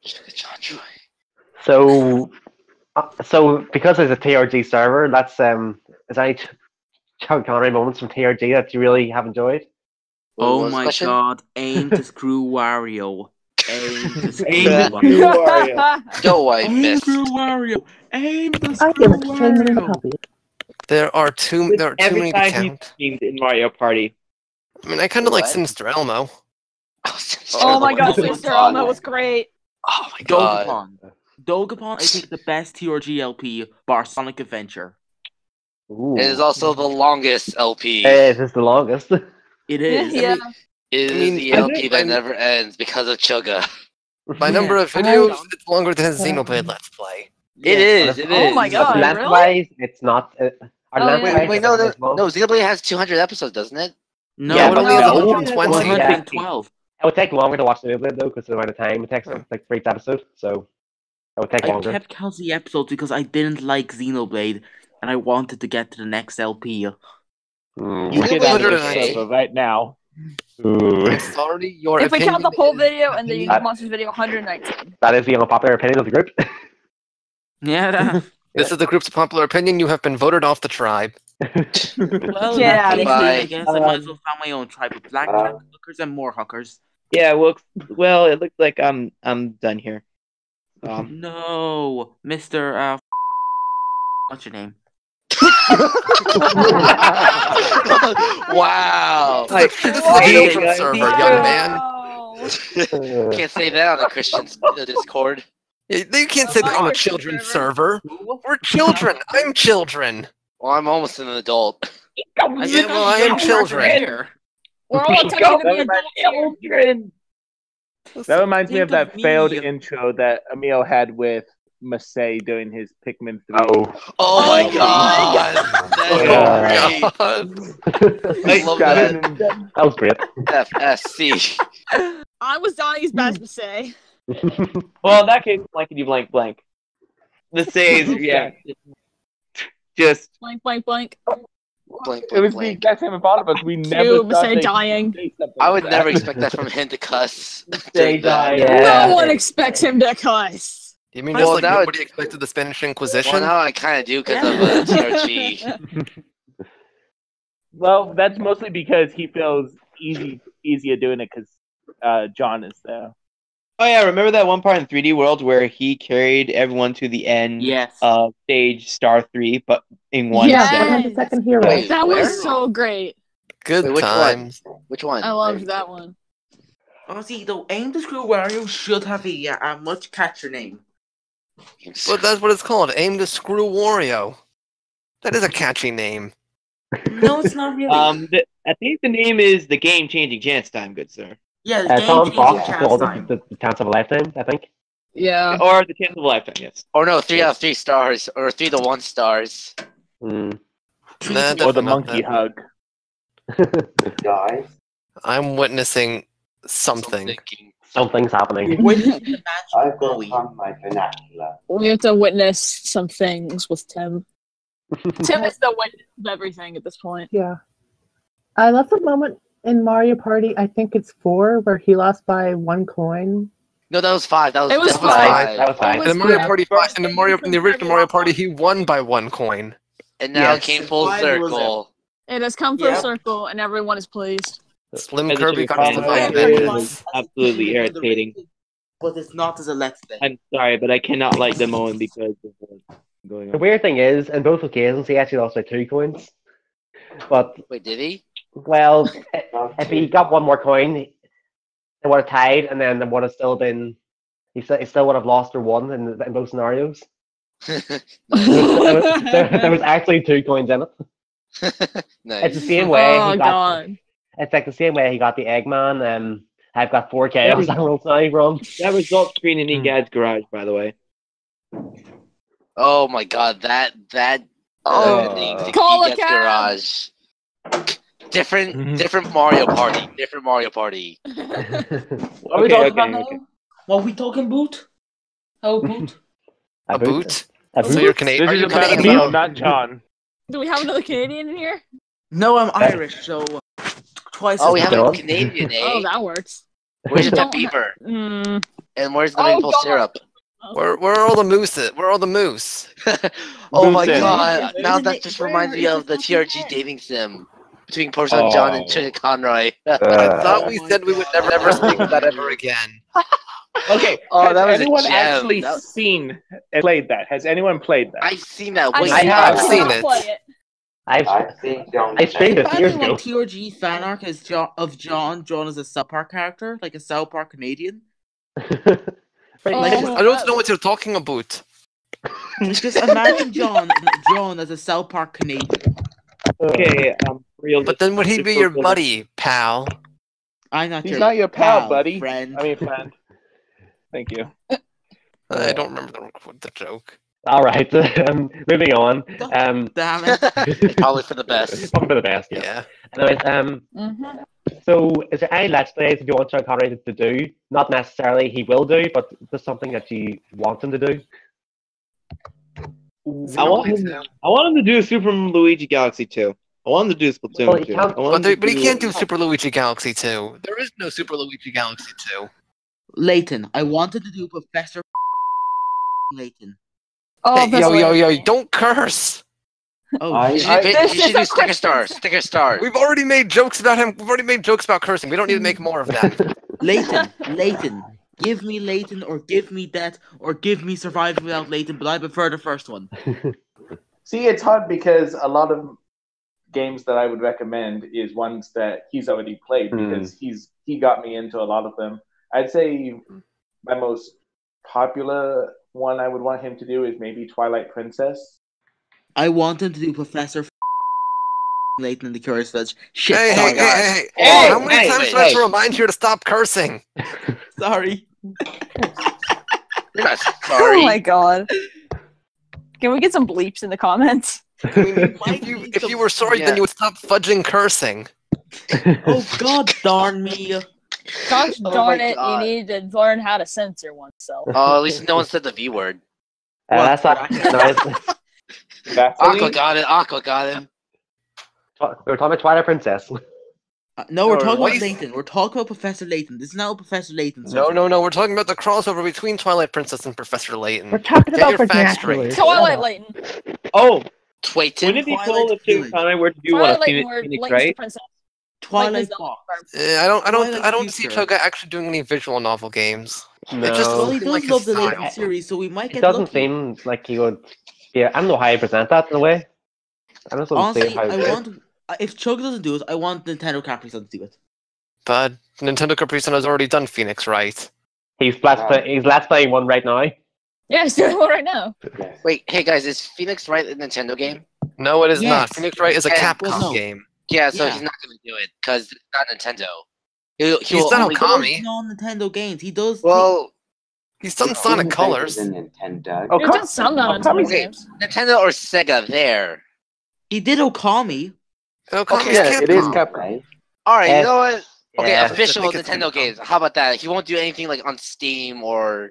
E: JonTron.
B: so uh, so because it's a TRG server, that's um is there any Ch- Chuck Connery moments from TRG that you really have enjoyed?
E: What was
H: Oh
E: the
H: my
E: question?
H: god, aim to screw Wario. Aim to screw
J: Aim to
H: Wario.
J: screw Wario.
E: Yo, I
H: Aim to
E: missed.
H: screw Wario. Aim to
F: I
H: screw
F: give it ten million
H: Wario.
F: copies.
D: There are too there are too
J: Every
D: many to
J: time he
D: count.
J: screamed in Mario Party.
D: I mean, I kind of like
E: What?
D: Sinister Elmo.
C: oh my
E: Oh
C: god,
H: Oh my
C: Sister
H: God.
C: Alma was great.
E: Oh my god.
H: Dogapon. Dogapon, I think the best TRG LP bar Sonic Adventure.
B: Ooh.
E: It is also the longest LP.
B: Eh, this is the longest.
H: It
C: Yeah,
H: is.
C: yeah.
E: It is
D: I mean,
E: the
D: I know-
E: LP that
D: I'm-
E: never ends because of Chugga.
D: By
H: Yeah.
D: number of
F: I-
D: videos, it's longer than Xenoblade
F: Um,
D: Let's Play.
E: It is. It
C: Oh
E: is.
C: my God,
B: But
C: really?
B: lengthwise, it's not. Uh,
C: Oh,
B: are
C: yeah.
E: Wait,
B: lengthwise
E: wait,
B: it's
E: no,
B: not
E: no,
B: as long?
E: no. Xenoblade has 200 episodes, doesn't it?
H: No,
B: Yeah,
D: no, it only
C: No.
D: has
C: no.
D: 120.
B: Yeah.
H: 112.
B: It would take longer to watch the movie though, because of the amount of time it takes
D: Hmm.
B: like for each episode. So it would take
H: I
B: longer.
H: kept counting the episodes because I didn't like Xenoblade and I wanted to get to the next LP.
B: Mm.
I: You
D: Xenoblade
I: get out of the
D: 108.
I: server right now.
D: I'm
B: Ooh.
D: sorry, your
C: If we count the
D: opinion
C: poll
D: is
C: video and the
D: opinion.
C: Unique Monsters video, 119.
B: That is the unpopular opinion of the group.
H: Yeah, that-
D: This is the group's popular opinion. You have been voted off the tribe.
H: well, in
C: Get
H: that
C: outta
H: case,
E: here.
H: I guess I might as
I: Um,
H: well found my own tribe of blackjack
G: um,
H: hookers and more hookers.
J: Yeah, well, well, it looks like I'm I'm done here. Um,
H: No, Mister. Uh, what's your name?
E: wow.
D: This is a, this is a
J: Hey,
D: children's
J: guys,
D: server,
J: these
D: young
J: are-
D: man.
B: Uh,
E: Can't say that on a Christian's uh, Discord.
D: You you can't
C: Oh,
D: say that
C: my
D: on a
C: Christian
D: children's server.
C: server.
D: We're children. I'm children.
E: Well, I'm almost an adult.
H: I
D: Yeah,
H: think
D: well,
H: I'm
D: I am
H: younger
D: children.
H: here.
C: We're all attempting to be
I: Never mind,
C: adults here.
I: children. That reminds me
H: Think
I: of that
H: me.
I: failed intro that Emil had with Masei doing his Pikmin 3.
B: oh.
E: Oh my
C: my
E: god. That's
B: Yeah.
E: great. I
I: Like,
E: love
I: grabbing
E: that.
I: and-
B: That was great.
E: FSC.
C: I was Donnie's best to say.
J: well, in that case, blankety blank blank. The says yeah, just
C: Blank, blank, blank.
E: Blank,
I: It
E: blank,
I: was the
E: blank.
I: exact same with all of us. We never
C: You,
I: thought
C: Masei
I: they could
C: dying.
I: say something
E: I
I: like
E: would never
I: that.
E: expect that from him to cuss.
I: They
E: Like that.
I: died.
B: Yeah.
C: No one expects him to cuss.
D: You mean
E: Well,
D: just like
E: now it-
D: nobody expected the Spanish
E: Well,
D: Inquisition?
E: now I kind of do because
H: Yeah.
E: of uh, TRG.
I: Well, that's mostly because he feels easy easier doing it because uh, John is there.
J: oh yeah. Remember that one part in 3D World where he carried everyone to the end
H: Yes.
J: of stage Star Three, but in one
C: Yes.
F: Yeah, I'm
J: second.
F: the second hero.
E: Wait,
C: that
E: where?
C: was so great.
D: Good
E: Wait, which one?
D: times.
E: Which one?
C: I loved that one.
H: Honestly, though, aim to screw Wario should have a uh, a much catcher name.
D: Well, that's what it's called. Aim to screw Wario. That is a catchy name.
H: No, it's not really.
J: Um, the, I think the name is the game changing chance time, good sir,
H: yeah,
B: Uh,
H: game
B: Tom
H: changing
B: Fox
G: Yeah.
H: chance
B: called it
H: time.
B: the, the chance of a lifetime, I think.
C: Yeah.
J: or the chance of a lifetime. Yes.
E: Or no, three out of three stars, or three to one stars.
B: Mm.
D: Nah,
I: Or the
D: definitely not
I: monkey
D: that.
I: hug.
G: guys.
D: I'm witnessing something.
E: Thinking.
B: Something's happening.
H: Where did the
G: I've
H: magic
G: got to
H: Bowie?
G: find my vernacular.
C: We have to witness some things with Tim. Tim is the witness of everything at this point.
F: Yeah. I love the moment in Mario Party, I think it's four, where he lost by one coin.
E: No, that was five. That was,
C: It was
E: that was five.
D: five.
B: That was fine.
D: In the Mario Party, in the Mario, in the original Mario Party, he won by one coin.
E: And now
J: Yes.
E: it came full
J: Five was it.
E: circle.
C: It has come full
J: Yeah.
C: circle, and everyone is pleased.
D: Slim
J: As it should
D: Kirby
J: be
D: got
J: fine.
D: his divine
J: Everyone.
D: vengeance.
J: Absolutely irritating.
H: But it's not as a let's play.
J: I'm sorry, but I cannot like them Owen because of what's going
B: The
J: on.
B: weird thing is, in both occasions, he actually lost by two coins. But
E: Wait, did he?
B: well, i- if he got one more coin, he- they would have tied, and then it would have still been. He still, he still would have lost or won in, in both scenarios. There was, there was- there- there was actually two coins in it. It's the
E: nice.
B: same way.
C: Oh
B: he got,
C: god.
B: It's like the same way he got the Eggman. Um, I've got four chaos emeralds now from.
J: That result screen in
D: Hmm.
J: Egad's garage, by the way.
E: Oh my god, that that
C: Oh.
E: opening to
C: Call a
E: Giga's
C: cab.
E: garage. Different,
D: Mhm.
E: different Mario Party. Different Mario Party.
H: Are we talking about now? What we talking boot? Oh, boot.
D: A boot.
B: A
D: So
B: boot?
D: you're
I: This
D: Canadian. Are
I: is
D: you
I: about
D: Canadian?
I: Emil, not John.
C: Do we have another Canadian in here?
H: no, I'm Irish, so uh, twice
E: Oh,
H: as
E: we have a
B: John?
E: Canadian, eh?
C: Oh, that works.
E: Where's the
C: Don't ha-
E: beaver?
C: Mm.
E: And where's the
C: Oh,
E: maple
C: God.
E: syrup?
D: Where, where are all the moose? At? Where are all the moose?
E: oh my
I: Boosted.
E: god,
H: Where
E: now
H: did
E: that
H: it-
E: just
H: where
E: reminds me
H: is
E: of
H: the
E: the TRG
H: fucking
E: dating sim between Porson John and
B: Oh.
E: Trinity Conroy.
D: I thought
B: Uh,
D: we
H: Oh my
D: said we would
H: God.
D: never ever speak of that ever again.
J: Okay.
E: Oh,
I: Has
E: that was a
I: anyone
E: gem.
I: actually
E: That-
I: seen and played that? Has anyone played that?
E: I've seen that
C: I've
E: way
B: I
C: seen
B: have.
C: it.
D: I've
C: I
D: seen
C: cannot
D: it.
C: play it.
B: I've
G: I think John.
B: I streamed it
H: If
B: years
H: anyone
B: ago.
H: TRG fan arc is John, of John drawn as a South Park character, like a South Park Canadian,
B: Right,
C: Oh.
D: I
B: like,
D: don't, I don't know what you're talking about.
H: just imagine John drawn as a South Park Canadian.
J: Okay, um, real.
D: But then would he be your buddy, pal?
H: I'm not
I: He's
H: your
I: not your pal, buddy.
H: friend.
I: I mean, friend. Thank you.
D: I don't remember the, the joke.
B: All right, um, moving on. Um,
H: Damn it.
E: Probably for the best.
B: Probably for the best. Yeah.
D: Yeah.
B: Anyways, um,
C: Mhm.
B: so is there any let's plays that you want Sean Connery to do? Not necessarily he will do, but just something that you want him to do.
J: I
D: Zero
J: want
D: blades
J: him.
D: down.
J: I want him to do Super Luigi Galaxy 2. I want him to do Splatoon
B: Well, he
J: 2.
B: can't-
J: I want
D: But,
J: him
D: they,
J: to
D: but he
J: do-
D: can't do Super Luigi Galaxy 2. There is no Super Luigi Galaxy 2.
H: Layton, I wanted to do Professor Layton.
C: Oh,
D: Hey, yo,
C: that's
D: yo, yo,
C: hilarious.
D: don't curse!
H: Oh,
G: I-
E: You
H: shit.
E: should, do-
C: This
E: you
C: is
E: should do
C: a
E: Sticker
C: Christmas
E: Star.
C: song.
E: Sticker Star.
D: We've already made jokes about him. We've already made jokes about cursing. We don't need to make more of them.
H: Layton, Layton. Give me Layton or give me that or give me Surviving Without Layton, but I prefer the first one.
I: See, it's hard because a lot of games that I would recommend is ones that he's already played
B: Hmm.
I: because he's he got me into a lot of them. I'd say my most popular one I would want him to do is maybe Twilight Princess.
H: I want him to do Professor Layton and the Curious Village. Shit,
D: Hey, hey, hey,
H: sorry.
D: hey, hey,
E: Hey,
D: How many
E: hey,
D: times
E: wait,
D: do I have to
E: hey.
D: remind you to stop cursing?
H: Sorry.
E: You're not sorry.
C: Oh my god. Can we get some bleeps in the comments?
D: I mean,
H: Why
D: if you,
H: need
D: if
H: to-
D: you were sorry,
E: Yeah.
D: then you would stop fudging cursing.
H: Oh god darn me.
C: Gosh
E: Oh
C: darn
E: my
C: it,
E: God.
C: you need to learn how to censor oneself.
E: Oh, at least no one said the V word.
B: Uh, that's
H: What?
B: not. no, it's-
E: Aqua
I: Vaseline.
E: got it. Aqua got him.
B: we were talking about Twilight Princess.
H: Uh, no, we're
E: No,
H: talking
D: what
H: about
D: is-
H: Layton. We're talking about Professor Layton. This is not Professor Layton.
D: No, no, no. We're talking about the crossover between Twilight Princess and Professor Layton.
F: We're talking
D: Get
F: about
D: your facts
F: vernacular.
D: straight.
C: Twilight Layton.
J: Oh,
E: Twaitin.
J: wouldn't it be
H: Twilight
J: cool if Tim
H: Village.
J: Conway were to do one
C: Twilight
J: of Phoenix,
C: Layton where
J: Phoenix
C: Layton's the
J: right?
C: princess.
H: Twilight
C: Layton's the
H: Box.
D: Uh, I don't, I don't,
H: Twilight
D: I don't see
H: Future.
D: Toga actually doing any visual novel games. It just
H: Well,
B: No,
H: he does
D: doesn't seem like his
H: love the
D: style.
H: Layton series, so we might
B: it
H: get
B: doesn't
H: lucky.
B: seem like he would. Yeah, I don't know how you present that in a way. I just don't see
H: Honestly,
B: how.
H: I
B: you do it.
H: want uh, if Chug doesn't do it, I want Nintendo Capri Sun to do it.
D: But Nintendo Capri Sun has already done Phoenix Wright.
B: He's last.
G: Wow.
B: Play, he's last playing one right now.
C: Yeah, he's doing one right now.
G: Yes.
E: Wait, hey guys, is Phoenix right a Nintendo game?
D: No, it is not.
H: Yes.
D: uh, Phoenix Wright is a
E: And-
D: Capcom
H: Well, no.
D: game.
E: Yeah, so
H: Yeah.
E: he's not gonna do it because it's not Nintendo. He'll,
D: He's
E: he'll
D: not
E: only
D: a
E: do-
D: com-
H: Does
D: Tommy.
H: non-Nintendo games. He does.
E: well,
D: He's done
G: It's
D: Sonic
G: bigger
D: Colors.
G: than Nintendo.
B: Oh,
C: You've
B: come-
C: done some
B: oh,
C: non
B: come
C: Nintendo
B: again.
C: games.
E: Nintendo or Sega. There.
H: he did Okami.
D: Okami's
I: yeah, it is
D: Capcom.
I: Capcom.
G: Right?
E: All right,
B: Eh,
E: you know what? Okay,
B: yeah,
D: I
E: official
D: think it's
E: Nintendo
D: Capcom.
E: games. How about that? He won't do anything like on Steam or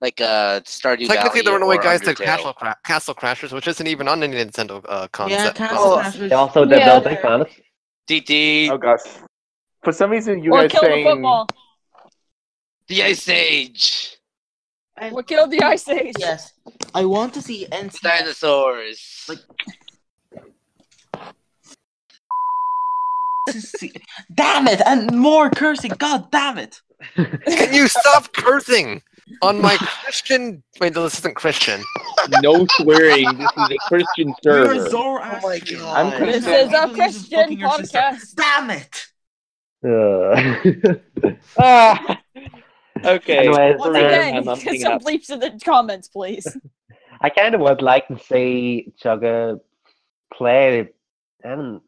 E: like uh, Stardew
D: Technically,
E: Valley
D: the
J: E
D: Runaway
E: or
D: Guys did
E: Undertale.
D: Castle, Cra- Castle Crashers, which isn't even on any Nintendo uh, concept.
J: Oh.
H: Castle
D: console.
H: Crashers.
B: They also did
C: Yeah.
B: Building Planet.
E: DD,
I: Oh gosh. For some reason, you
C: or
I: guys
C: kill
I: saying
C: the football.
E: The Ice Age,
C: Or kill the Ice Age.
H: Yes, I want to see NCS.
E: dinosaurs.
H: Like- damn it, and more cursing. God damn it.
D: Can you stop cursing on my Christian? Wait, no, this isn't Christian.
J: No swearing. This is a Christian
H: You're a
J: server.
H: Zoroastrian.
D: God.
I: I'm
C: This
I: Christian.
C: is a
H: Can't believe this is
C: Christian
H: fucking your sister.
C: podcast.
H: Damn it!
B: Uh,
J: Ah. Okay.
B: Anyways,
J: for
C: Once
J: real
B: um,
J: time,
C: again,
J: I'm
C: get
J: giving
C: some
J: up.
C: bleeps in the comments, please.
B: I kind of would like to see Chugga play and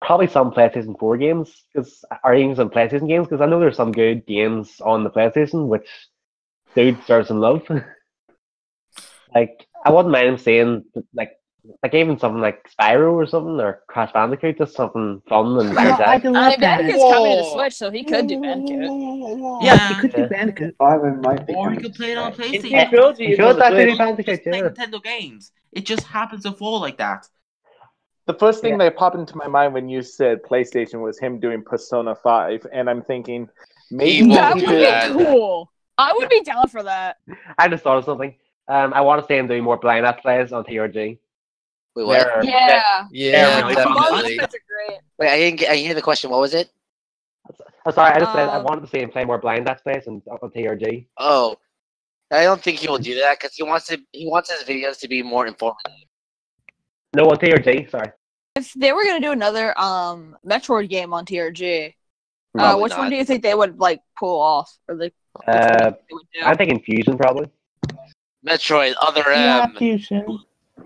B: probably some PlayStation 4 games, cause, or even some PlayStation games, because I know there's some good games on the PlayStation which do deserve some love. like, I wouldn't mind him seeing, like, like even something like Spyro or something, or Crash Bandicoot, just something fun and
F: Oh, I
B: energetic.
F: do
C: I
F: love
C: mean,
F: that.
C: Bandicoot's coming to the
E: Whoa.
C: Switch, so he could do Bandicoot.
F: Yeah, he
H: Yeah.
F: could do
B: Yeah.
F: Bandicoot.
G: Byron might be
H: Or you
G: coming
H: could play it on
G: today.
H: PlayStation.
J: Invincibility
B: You
J: is on
B: could
J: the
B: actually do
J: Switch.
B: Bandicoot,
H: Just play
B: yeah.
H: Nintendo games. It just happens to fall like that.
I: The first thing that popped into my mind when you said PlayStation was him doing Persona 5, and I'm thinking maybe
E: won't
C: That
I: he
C: would
E: do
I: did.
E: that.
C: be cool. I would be down for that.
B: I just thought of something. Um, I want to see him doing more blind app plays on TRG.
E: Wait, what?
B: They're-
D: Yeah,
B: really
C: Both
B: fun.
D: definitely.
C: aspects are great.
E: Wait, I didn't get. I didn't hear the question. What was it?
B: I'm sorry, I just said I
C: Um,
B: wanted to see him play more blind app plays on, on TRG.
E: Oh, I don't think he will do that because he wants to. He wants his videos to be more informative.
B: No, on TRG, sorry.
C: If they were gonna do another um Metroid game on TRG, uh,
E: Probably
C: which one
E: not.
C: do you think they would like pull off, or like which one
B: Uh,
C: they would
B: I'm
C: do?
B: thinking Fusion probably.
E: Metroid, Other
F: Yeah,
E: M.
F: fusion.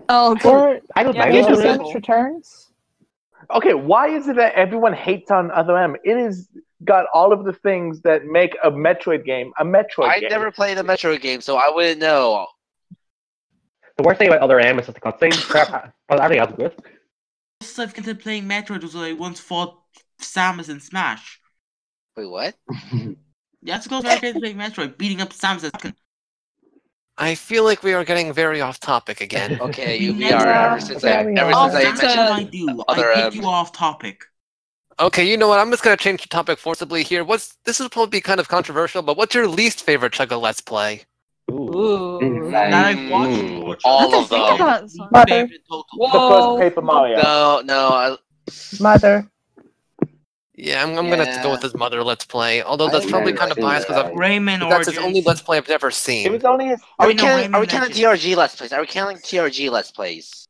C: Oh, good.
F: Or
B: I don't
C: Yeah,
B: mind
C: those are
F: Fusion
B: Other
C: really
B: M.
F: Samus
C: cool.
F: returns.
I: Okay, why is it that everyone hates on Other M? It has got all of the things that make a Metroid game a Metroid
E: I
I: game.
E: never played a Metroid game, so I wouldn't know.
B: The worst thing about Other M is just the cutscene, but everything else is good.
H: Just I've considered playing Metroid was I once fought Samus in Smash.
E: Wait, what?
H: Yeah, it's because I considered playing Metroid, beating up Samus. And...
D: I feel like we are getting very off topic again.
E: Okay,
H: We
E: you we
H: never-
E: are
I: uh,
E: ever since I
F: Yeah, we
E: ever
C: are.
E: since I
H: That's
E: mentioned
H: what I do.
E: other,
H: I take
E: um,
H: you off topic.
D: Okay, you know what? I'm just gonna change the topic forcibly here. What's this is probably be kind of controversial, but what's your least favorite Chugga Let's Play?
B: Ooh.
C: Ooh.
G: Like,
H: That I've
E: Mm,
H: watched.
E: all
H: That's
E: of
H: the
C: Think
H: second
E: them.
H: least
C: about
H: favorite in total.
I: the first
C: Whoa.
I: Paper Mario.
E: no, no, I,
F: Mother.
D: Yeah, I'm, I'm gonna have to go with his mother Let's Play. Although
H: I
D: that's probably
H: would
D: kind of
H: say
D: biased because
H: Rayman
D: that's his
H: Origins.
D: only Let's Play I've ever
I: It
D: seen.
I: was only his.
E: Are we
H: I know,
E: counting? Are we
H: Rayman
E: counting
H: Legends.
E: TRG Let's Plays? Are we counting TRG Let's Plays?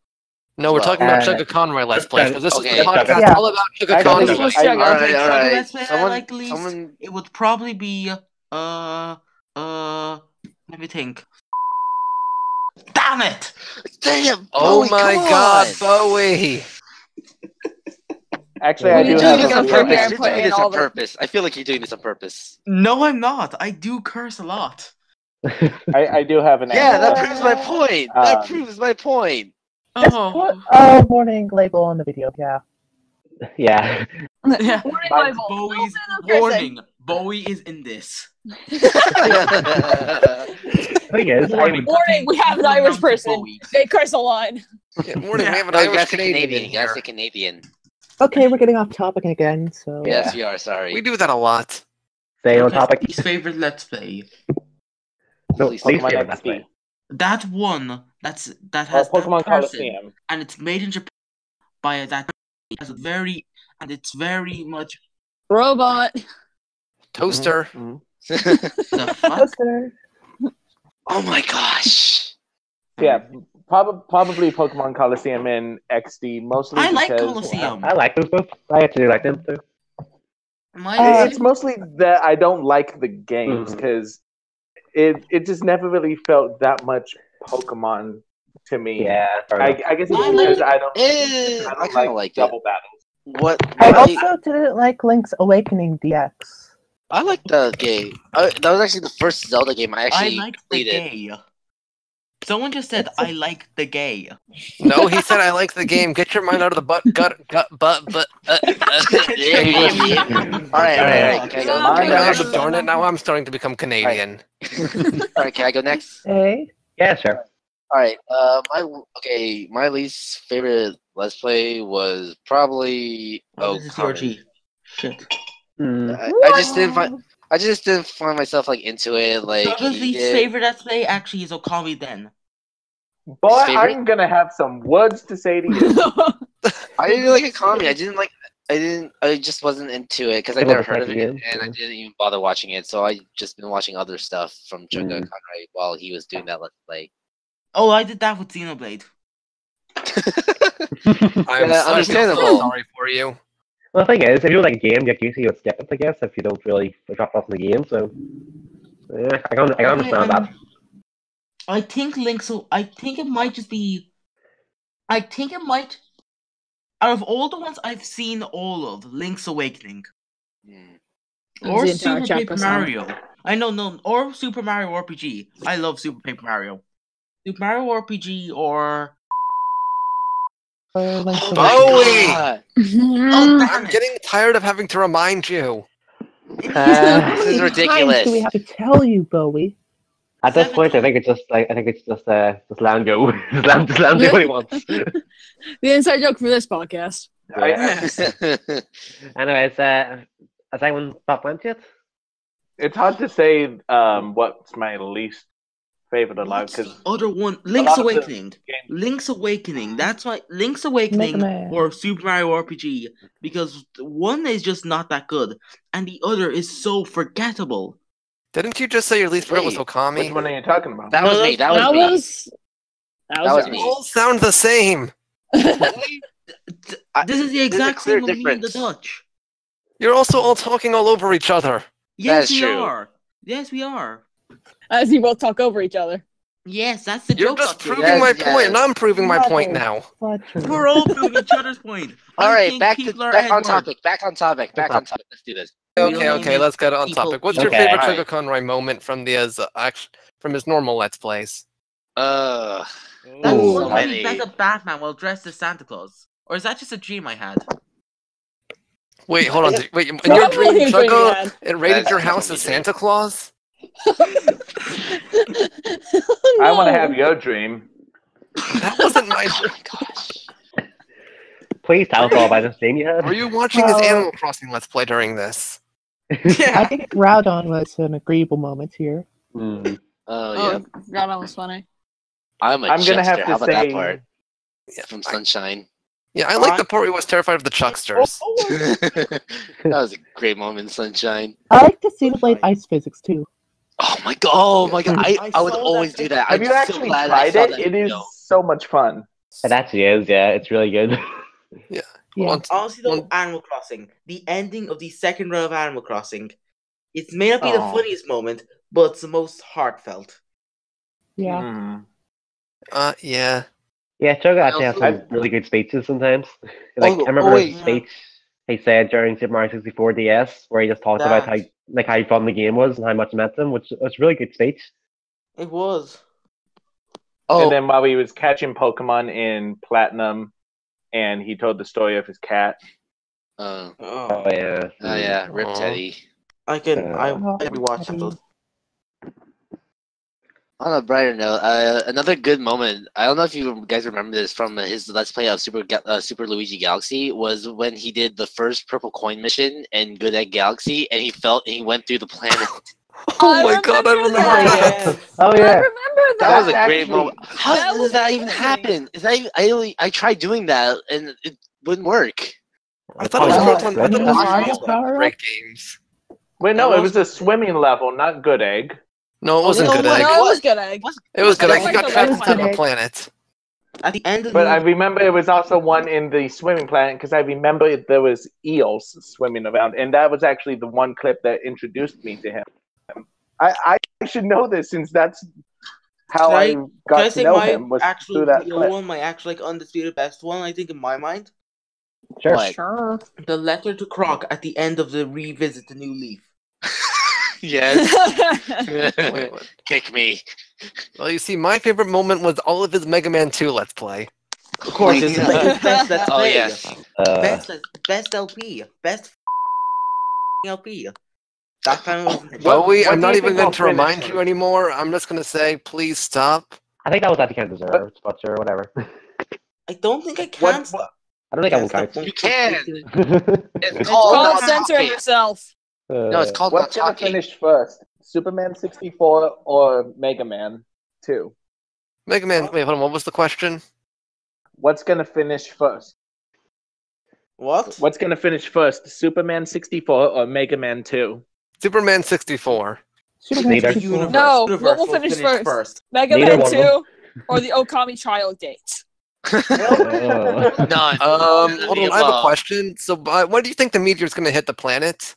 D: No, we're
E: Well,
D: talking about
B: uh,
D: Chugga Conroy Let's
B: that's
D: Plays
B: better.
D: because this is
E: Okay.
D: a podcast
F: Yeah.
D: all about Chugga
I: I don't
D: Conroy.
I: think
C: This was
I: I-
C: Chugga.
E: All
C: I'll
E: right,
C: take
E: all
H: Chugga
E: right.
H: Let's Play I
E: Someone,
H: like the least.
E: someone.
H: It would probably be uh uh let me think. Damn it!
E: Damn,
D: Oh
E: Bowie,
D: my
E: come
D: God,
E: on.
D: Bowie!
I: Actually,
B: You're
I: I
C: You do need
I: do have
E: You're
C: to
E: doing this
C: go
I: some
E: on
C: through here
E: purpose.
I: purpose.
C: and put
E: You're doing
C: in
E: this on
C: all the.
E: purpose. I feel like you're doing this on purpose.
H: No I'm not. I do curse a lot.
I: I, I do have an
E: Yeah,
I: answer.
E: that proves my point.
I: Um,
E: that proves my point.
F: Just put
H: Oh
F: a warning label on the video. Yeah.
B: Yeah.
C: Yeah.
H: That's
C: Warning label.
H: Bowie's
C: Little bit of cursing.
H: warning. Bowie is in this.
B: thing is, I
H: Warning.
B: would,
C: Warning, we have an
H: Continue
C: Irish
H: to
C: person.
H: Bowie.
C: They curse a lot.
D: Yeah, Morning, we have an
E: no, Oh, you
D: Irish
E: guys are
D: Canadian,
E: Canadian.
D: in
E: You guys are
D: here.
E: Canadian.
F: Okay, we're getting off topic again. So
E: Yes, we are. Sorry.
D: We do that a lot.
B: stay on
H: Okay,
B: topic.
H: His favorite Let's Play.
B: No,
E: Please,
B: least
I: Pokemon
B: favorite Let's
I: XD
B: Play.
H: That one that's that
I: or
H: has
I: Pokemon
H: that person.
I: Coliseum.
H: and it's made in Japan by that has very and it's very much
C: Robot.
D: Toaster.
I: Mhm.
H: the fuck
F: Poster.
E: oh my gosh.
I: Yeah, prob- probably Pokemon Coliseum and XD mostly.
H: I like
I: because,
H: Colosseum.
B: I like those both. I actually like them too.
H: My
F: Uh,
I: it's mostly that I don't like the games
B: Mhm.
I: because it it just never really felt that much Pokemon to me.
B: Yeah. fair
I: I,
B: enough.
I: I guess it's
H: I
I: because
H: like-
I: I don't
E: Eh,
I: I
E: I
I: don't
E: kind of
I: like,
E: like it.
I: double battles.
E: What?
F: I
E: what
F: also didn't like Link's Awakening DX.
E: I like the game. Uh, that was actually the first Zelda game I
H: I
E: actually
H: like the
E: completed.
H: gay. Someone just said, "I like the gay."
D: No, he said, "I like the game. Get your mind out of the butt, gut, gut, butt, but." Uh, uh, English.
E: all right, all right, all right. Can I go?
C: Oh my
D: Gosh
C: gosh.
D: darn it! Now I'm starting to become Canadian.
E: All right, can I go next?
F: Eh?
J: Yeah, sure.
E: All right. Uh, my okay. My least favorite let's play was probably
H: Oh,
E: oh,
H: this is
E: Common.
H: TRG. Shit.
B: Mm.
E: I, I just didn't find I just didn't find myself like into it. Like
H: Douglas'
E: he
H: least
E: did-
H: favorite let's play actually is Okami. Then
I: Boy,
E: favorite?
I: I'm gonna have some words to say to you.
E: I didn't really like Konami. I didn't like. I didn't. I just wasn't into it because I
B: It
E: never
B: wasn't
E: heard of
B: like
E: it,
B: you,
E: and I
B: yeah.
E: didn't even bother watching it. So I just been watching other stuff from Chugga
H: Mm.
E: Conrad while he was doing that let's play.
H: oh, I did that with Xenoblade.
D: I'm,
E: Yeah,
D: I'm so
E: understandable.
D: sorry for you.
B: Well, the thing is, if you like a game, you get used to it, skip it, I guess, if you don't really drop off in the game. So, yeah, I can, I can understand that.
H: I think Link. So I think it might just be. I think it might. Out of all the ones I've seen, all of Link's Awakening
E: Hmm.
C: That was
H: or
C: the entire
H: Super
C: chapter
H: Paper
C: song.
H: Mario. I know, no, or Super Mario RPG. I love Super Paper Mario. Super Mario RPG or
F: Or like
H: Oh my
F: the
D: Bowie!
H: God. Oh, damn
D: I'm
H: it.
D: getting tired of having to remind you.
B: Uh,
E: This
F: How many times do
E: is
F: we
E: ridiculous.
F: have to tell you, Bowie?
B: At this
H: Seven
B: point, I
H: times.
B: think it's just like I think it's just uh, just let him go, just let him, just let him do what he wants.
C: the inside joke for this podcast.
I: I,
B: Anyways, uh, has anyone not went yet?
I: it's hard to say um, what's my least favorite alive
H: What's
I: because
H: the other one? Link's
I: lot of the
H: Awakening. Link's Awakening. That's why Link's Awakening
F: Man.
H: or Super Mario RPG because one is just not that good and the other is so forgettable.
D: Didn't you just say your least favorite was
E: Wait,
I: which
D: Okami?
I: one are you talking about?
E: that was me. That was
C: That
E: me.
C: was that was,
E: That was
C: us.
D: They
E: me.
D: all sound the same.
H: Th-
E: I-
H: this is the
E: there's a
H: exact
E: clear
H: same with me and the
E: difference.
H: Dutch.
D: You're also all talking all over each other.
H: Yes,
E: is
H: we
E: true.
H: are. Yes, we are.
C: As you both talk over each other.
H: Yes, that's the
D: You're
H: joke.
D: just
H: Dutchie.
D: proving
E: Yes,
D: my
E: yes.
D: point, and I'm proving my point now.
H: We're all proving each other's point.
E: All
H: I
E: right,
H: think
E: back to
H: people are
E: back on
H: Edward.
E: topic. Back on topic. Back
B: What's
E: on topic. Let's do this.
H: We
D: Okay,
H: don't
D: okay,
H: need
D: let's get on
H: people-
D: topic. What's your
H: people-
D: favorite
E: Okay.
D: Sugar Conroy moment from the uh, action, from his normal Let's Plays?
E: Uh,
H: That's
E: Ooh.
H: one
E: So
H: where he
E: many.
H: begs a Batman while dressed as Santa Claus. Or is that just a dream I had?
D: Wait, hold on. Did, wait, in
C: Probably
D: your dream,
C: a dream you
D: Chugga,
C: had.
D: it raided
E: That's
D: your house
E: probably
D: as
E: dream.
D: Santa Claus?
I: I want
C: No.
I: to have your dream.
D: That wasn't my
E: oh my gosh.
B: Please tell us all about this thing you
D: Were
B: had.
D: you watching his
F: Well-
D: Animal Crossing Let's Play during this?
F: I think Groudon was an agreeable moment here.
E: Oh,
C: Oh,
E: yeah.
C: God, that was funny.
E: I'm a
I: I'm
E: jester.
I: gonna have
E: How
I: to
E: about that part
I: say.
D: Yeah,
E: from
D: I,
E: Sunshine?
D: yeah, I like
H: I-
D: the part where he was terrified
I: Oh,
D: of the Chucksters.
E: that was a great moment, in Sunshine.
F: I like the Xenoblade ice physics too.
E: Oh my god! Oh my god! I,
I: I
E: I would
I: saw that
E: always do
I: pic-
E: that.
I: Have
E: I'm
I: you
E: so
I: actually
E: glad I
I: tried
E: saw
I: it?
E: that
I: It is
E: video.
I: so much fun.
B: It actually is, yeah. It's really good.
F: Yeah.
D: Once-
H: Honestly, though,
D: Well-
H: Animal Crossing, the ending of the second run of Animal Crossing, it may not be the
I: Aw.
H: funniest moment, but it's the most heartfelt.
F: Yeah.
I: Mm.
D: Uh, yeah.
B: yeah, Chogo actually has
E: also-
B: some really good speeches sometimes. Like
E: Oh,
B: I remember
E: oh,
B: his
H: wait.
B: speech he said during Super Mario 64 DS, where he just talked about
H: That.
B: how like how fun the game was and how much it meant to him, which was a really good speech.
H: It was.
E: Oh,
I: And then while he was catching Pokemon in Platinum, and he told the story of his cat.
E: uh,
H: Oh,
B: Oh yeah.
E: oh yeah, Rip
D: Aw.
E: Teddy.
H: I can. I,
B: Uh,
H: I can watch that.
F: Teddy.
E: On a brighter note, uh, another good moment. I don't know if you guys remember this from his Let's Play of Super Ga- uh, Super Luigi Galaxy was when he did the first purple coin mission and Good Egg Galaxy, and he felt and he went through the planet.
D: Oh
C: I
D: my god, I
C: remember
D: remember
C: that.
D: that.
B: oh
C: I
B: yeah.
C: remember
E: that
C: that.
E: was a
I: That's
E: great
I: actually-
E: moment. How
C: That was
E: does that even
C: amazing.
E: happen? Is that even- I only I tried doing that and it wouldn't work.
D: I thought it was
E: That
D: more
E: was
D: fun. I thought it
F: Remember
D: was
F: Mario
D: more fun.
F: Power Up?
D: Great games.
I: Wait, no,
H: That
I: it was a
H: was-
I: swimming level, not Good Egg.
D: No, it
E: Oh,
D: wasn't
E: no,
D: good egg.
E: what-
C: no, it was
E: What?
C: good egg.
E: What's-
D: It was good
C: That
D: egg. He
C: was
D: got
C: the
D: trapped
C: last
D: into the
F: one.
D: planet.
H: At the end of
I: But
H: the
I: I remember it was also one in the swimming planet because I remember it- there was eels swimming around, and that was actually the one clip that introduced me to him. I, I should know this since that's how
H: Can I-
I: I,
H: Can I
I: got
H: say
I: to know
H: my
I: him was
H: actual
I: through that
H: real
I: clip.
H: one, my actual like undisputed best one? I think in my mind,
B: Sure.
E: What?
C: Sure.
H: the letter to Croc at the end of the revisit, the New Leaf.
E: Yes.
D: Wait, what?
E: Kick me.
D: Well, you see, my favorite moment was all of his Mega Man 2 Let's Play.
H: Of course, it's like best let's
E: Oh
H: play.
E: yes.
J: Uh,
H: Best, best LP. Best f***ing LP. That time was
E: Oh,
D: Bowie,
I: what
D: I'm
I: do
D: not
I: you think
D: even going
I: I'll
D: to remind
I: finish?
D: you anymore. I'm just going to say, please stop.
B: I think that was actually kind of deserved, but sure, whatever.
H: I don't think I
I: What-
H: can.
I: what-
B: I don't think I
H: That's
B: one
H: the point
B: counts.
E: You
H: of
E: can.
H: taking it.
E: It's
C: It's called
E: not
C: censoring
E: talking.
C: yourself.
E: No, it's
B: Uh,
E: called not
I: What's gonna
E: talking.
I: finish first, Superman sixty four or Mega Man two?
D: Mega Man, wait, hold on, what was the question?
I: What's gonna finish first?
H: What?
I: What's gonna finish first, Superman sixty four or Mega Man two?
D: Superman 64.
F: Superman
B: Neither.
F: 64.
H: Universe.
C: No,
H: Universe
C: what will finish first? Mega
B: Neither
C: Man
B: one of
C: 2 or the Okami trial date.
B: uh,
E: None.
D: Um,
E: None of
D: hold
E: the
D: on, I have a
E: above.
D: question. So, uh, when do you think the meteor's going to hit the planet?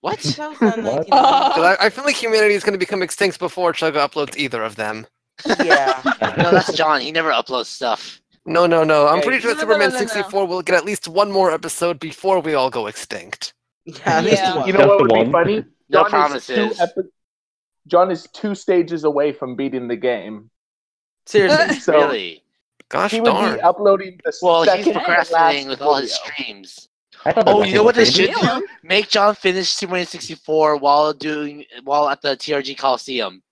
H: What?
C: What?
D: 'Cause I, I feel like humanity is going to become extinct before Chugga uploads either of them.
H: yeah.
E: No, that's John. He never uploads stuff.
D: No, no, no. I'm
I: Okay.
D: pretty sure
C: No, no, no,
D: Superman
C: no, no, no.
D: 64 will get at least one more episode before we all go extinct.
H: Yeah, at least
C: Yeah.
H: one.
I: You know
B: Just
I: what
B: the
I: would
B: one.
I: be funny?
E: No
I: John is two
E: promises.
I: epi- John is two stages away from beating the game.
H: Seriously.
I: So
E: really?
D: Gosh
I: he would
D: darn.
I: be uploading the
E: Well,
I: second
E: he's
I: to last
E: procrastinating with all his
I: video.
E: streams.
B: I thought that
E: Oh,
B: was
E: you know what they
B: actually
E: should
B: good.
E: do? Make John finish Superman 64 while doing while at the TRG Coliseum.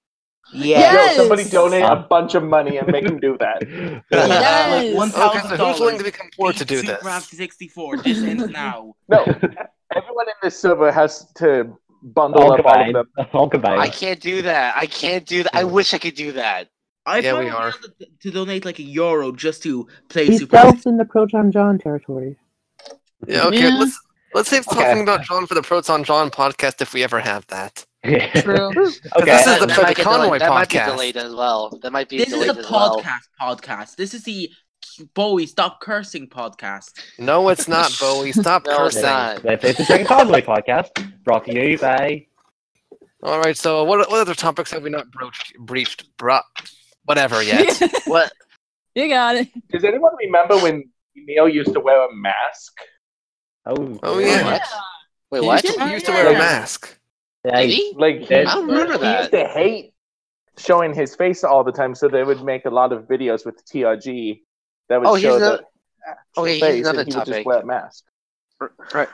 I: Yo,
H: Yeah.
I: somebody
C: Yes.
I: donate
B: Uh,
I: a bunch of money and make him do that.
H: Yeah,
B: Uh,
H: Like
C: Yes.
H: one
D: Okay,
H: thousand
D: so who's willing
H: dollars.
D: to become poor to do
H: Super
D: this?
H: 64. This ends now.
I: No, everyone in this server has to bundle
B: all
I: up all of
B: combined.
I: them.
B: All
E: I
B: combined.
E: can't do that. I can't do that. I wish I could do that.
H: I
D: Yeah, we
H: probably
D: are.
H: have to, to donate like a euro just to play
F: He's
H: Super.
F: delved into Proton John territory.
D: Yeah, okay,
C: Yeah.
D: let's let's save
B: Okay.
D: talking about John for the Proton John podcast if we ever have that.
B: Yeah.
C: True.
B: okay.
D: This is
E: That-
D: the
E: that
D: Trevor
E: might get
D: Conroy
E: delayed- That might be
D: podcast.
E: delayed as well. That might be
H: This is
E: delayed
H: a
E: as well.
H: podcast. Podcast. This is the Bowie stop cursing podcast.
D: No, it's not, Bowie. Stop
E: No, it's
D: cursing.
E: not.
B: This is the Dragon Conway podcast, brought to you by.
D: All right, so what what other topics have we not broached, breached, bro, whatever yet?
E: What?
C: you got it.
I: Does anyone remember when Neil used to wear a mask?
B: Oh,
D: Oh, yeah.
B: What?
E: Wait,
D: He
E: what?
D: used to, he
C: Yeah,
D: used to wear a
C: yeah.
D: mask.
B: Yeah,
E: Did
B: he-
E: he?
I: Like he,
B: Yes.
E: I don't remember
I: he used
E: that.
I: to hate showing his face all the time, so they would make a lot of videos with TRG that would
E: Oh,
I: show
E: here's
I: the
E: another. Okay, here's
I: face,
E: another
I: and he would just
E: topic.
I: wear a mask.
E: Right.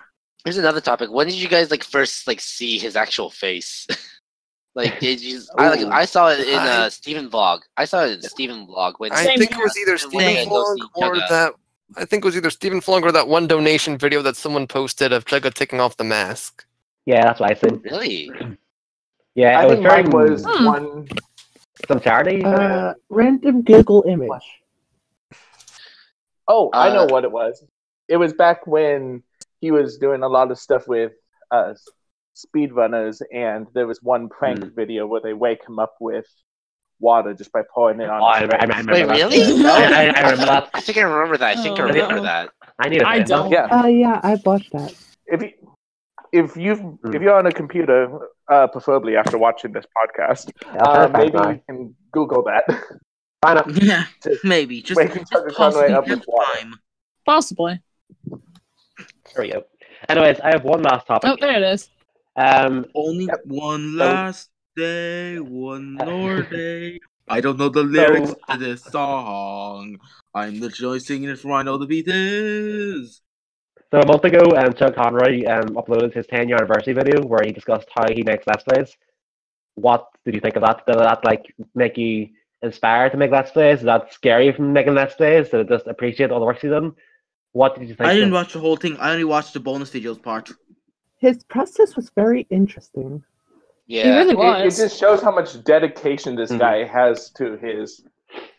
E: Here's another topic. When did you guys like first like see his actual face? like, did you? I like.
I: Ooh.
E: I saw it in
D: I-
E: uh Steven vlog. I saw it in Steven vlog when.
D: I
C: Same
D: think
C: here.
D: it was either
E: Same
D: Stephen
E: thing. Go
D: Flong
E: see
D: or
E: Chugga.
D: that. I think it was either Stephen Flong or that one donation video that someone posted of Chugga taking off the mask.
B: yeah, that's what I said.
E: Really?
B: Yeah,
I: I
B: it
I: think
B: was during
I: mine was
C: Hmm.
I: one.
B: some charity.
F: Uh, random Google image.
I: Oh, I know
E: Uh,
I: what it was. It was back when he was doing a lot of stuff with uh, speedrunners, and there was one prank
B: Hmm.
I: video where they wake him up with water just by pouring it on.
B: Oh, I,
I: his
B: re- I
I: face.
B: remember
E: Wait,
B: that.
E: really?
B: I, I, I remember that.
E: I think I remember that. I think I
C: Oh,
E: remember
C: no.
E: that.
B: I need to
C: I
B: find that.
C: don't.
I: Yeah.
F: Uh, yeah, I've watched that.
I: if you if you
B: Hmm.
I: have if you're on a computer, uh, preferably after watching this podcast,
B: That's
I: uh,
B: perfect,
I: maybe
B: man.
I: you can Google that.
B: Why not?
H: Yeah,
I: Just
H: maybe. Just,
I: waking
H: just
I: Tucker Conway
H: possibly
I: up
H: at
I: with
H: the
I: water.
H: time.
C: Possibly.
B: There we go. Anyways, I have one last
C: Oh,
B: topic.
C: there it is.
B: Um,
H: Only
I: Yep.
H: one
B: So-
H: last day, one
B: Uh,
H: more day. I don't know the
B: so,
H: lyrics to this song. I'm literally singing it for I know the beat is.
B: So a month ago, um, Chuck Conroy um, uploaded his 10 year anniversary video where he discussed how he makes Let's Plays. What did you think of that? Did that like make you inspired to make Let's Plays? Is that scary from making Let's Plays? Did it just appreciate all the work he's done? What did you think?
H: I didn't
B: of-
H: watch the whole thing. I only watched the bonus videos part.
F: His process was very interesting.
E: Yeah. Mm-hmm.
C: He really
I: It, it
C: was.
I: just shows how much dedication this
B: Mhm.
I: guy has to his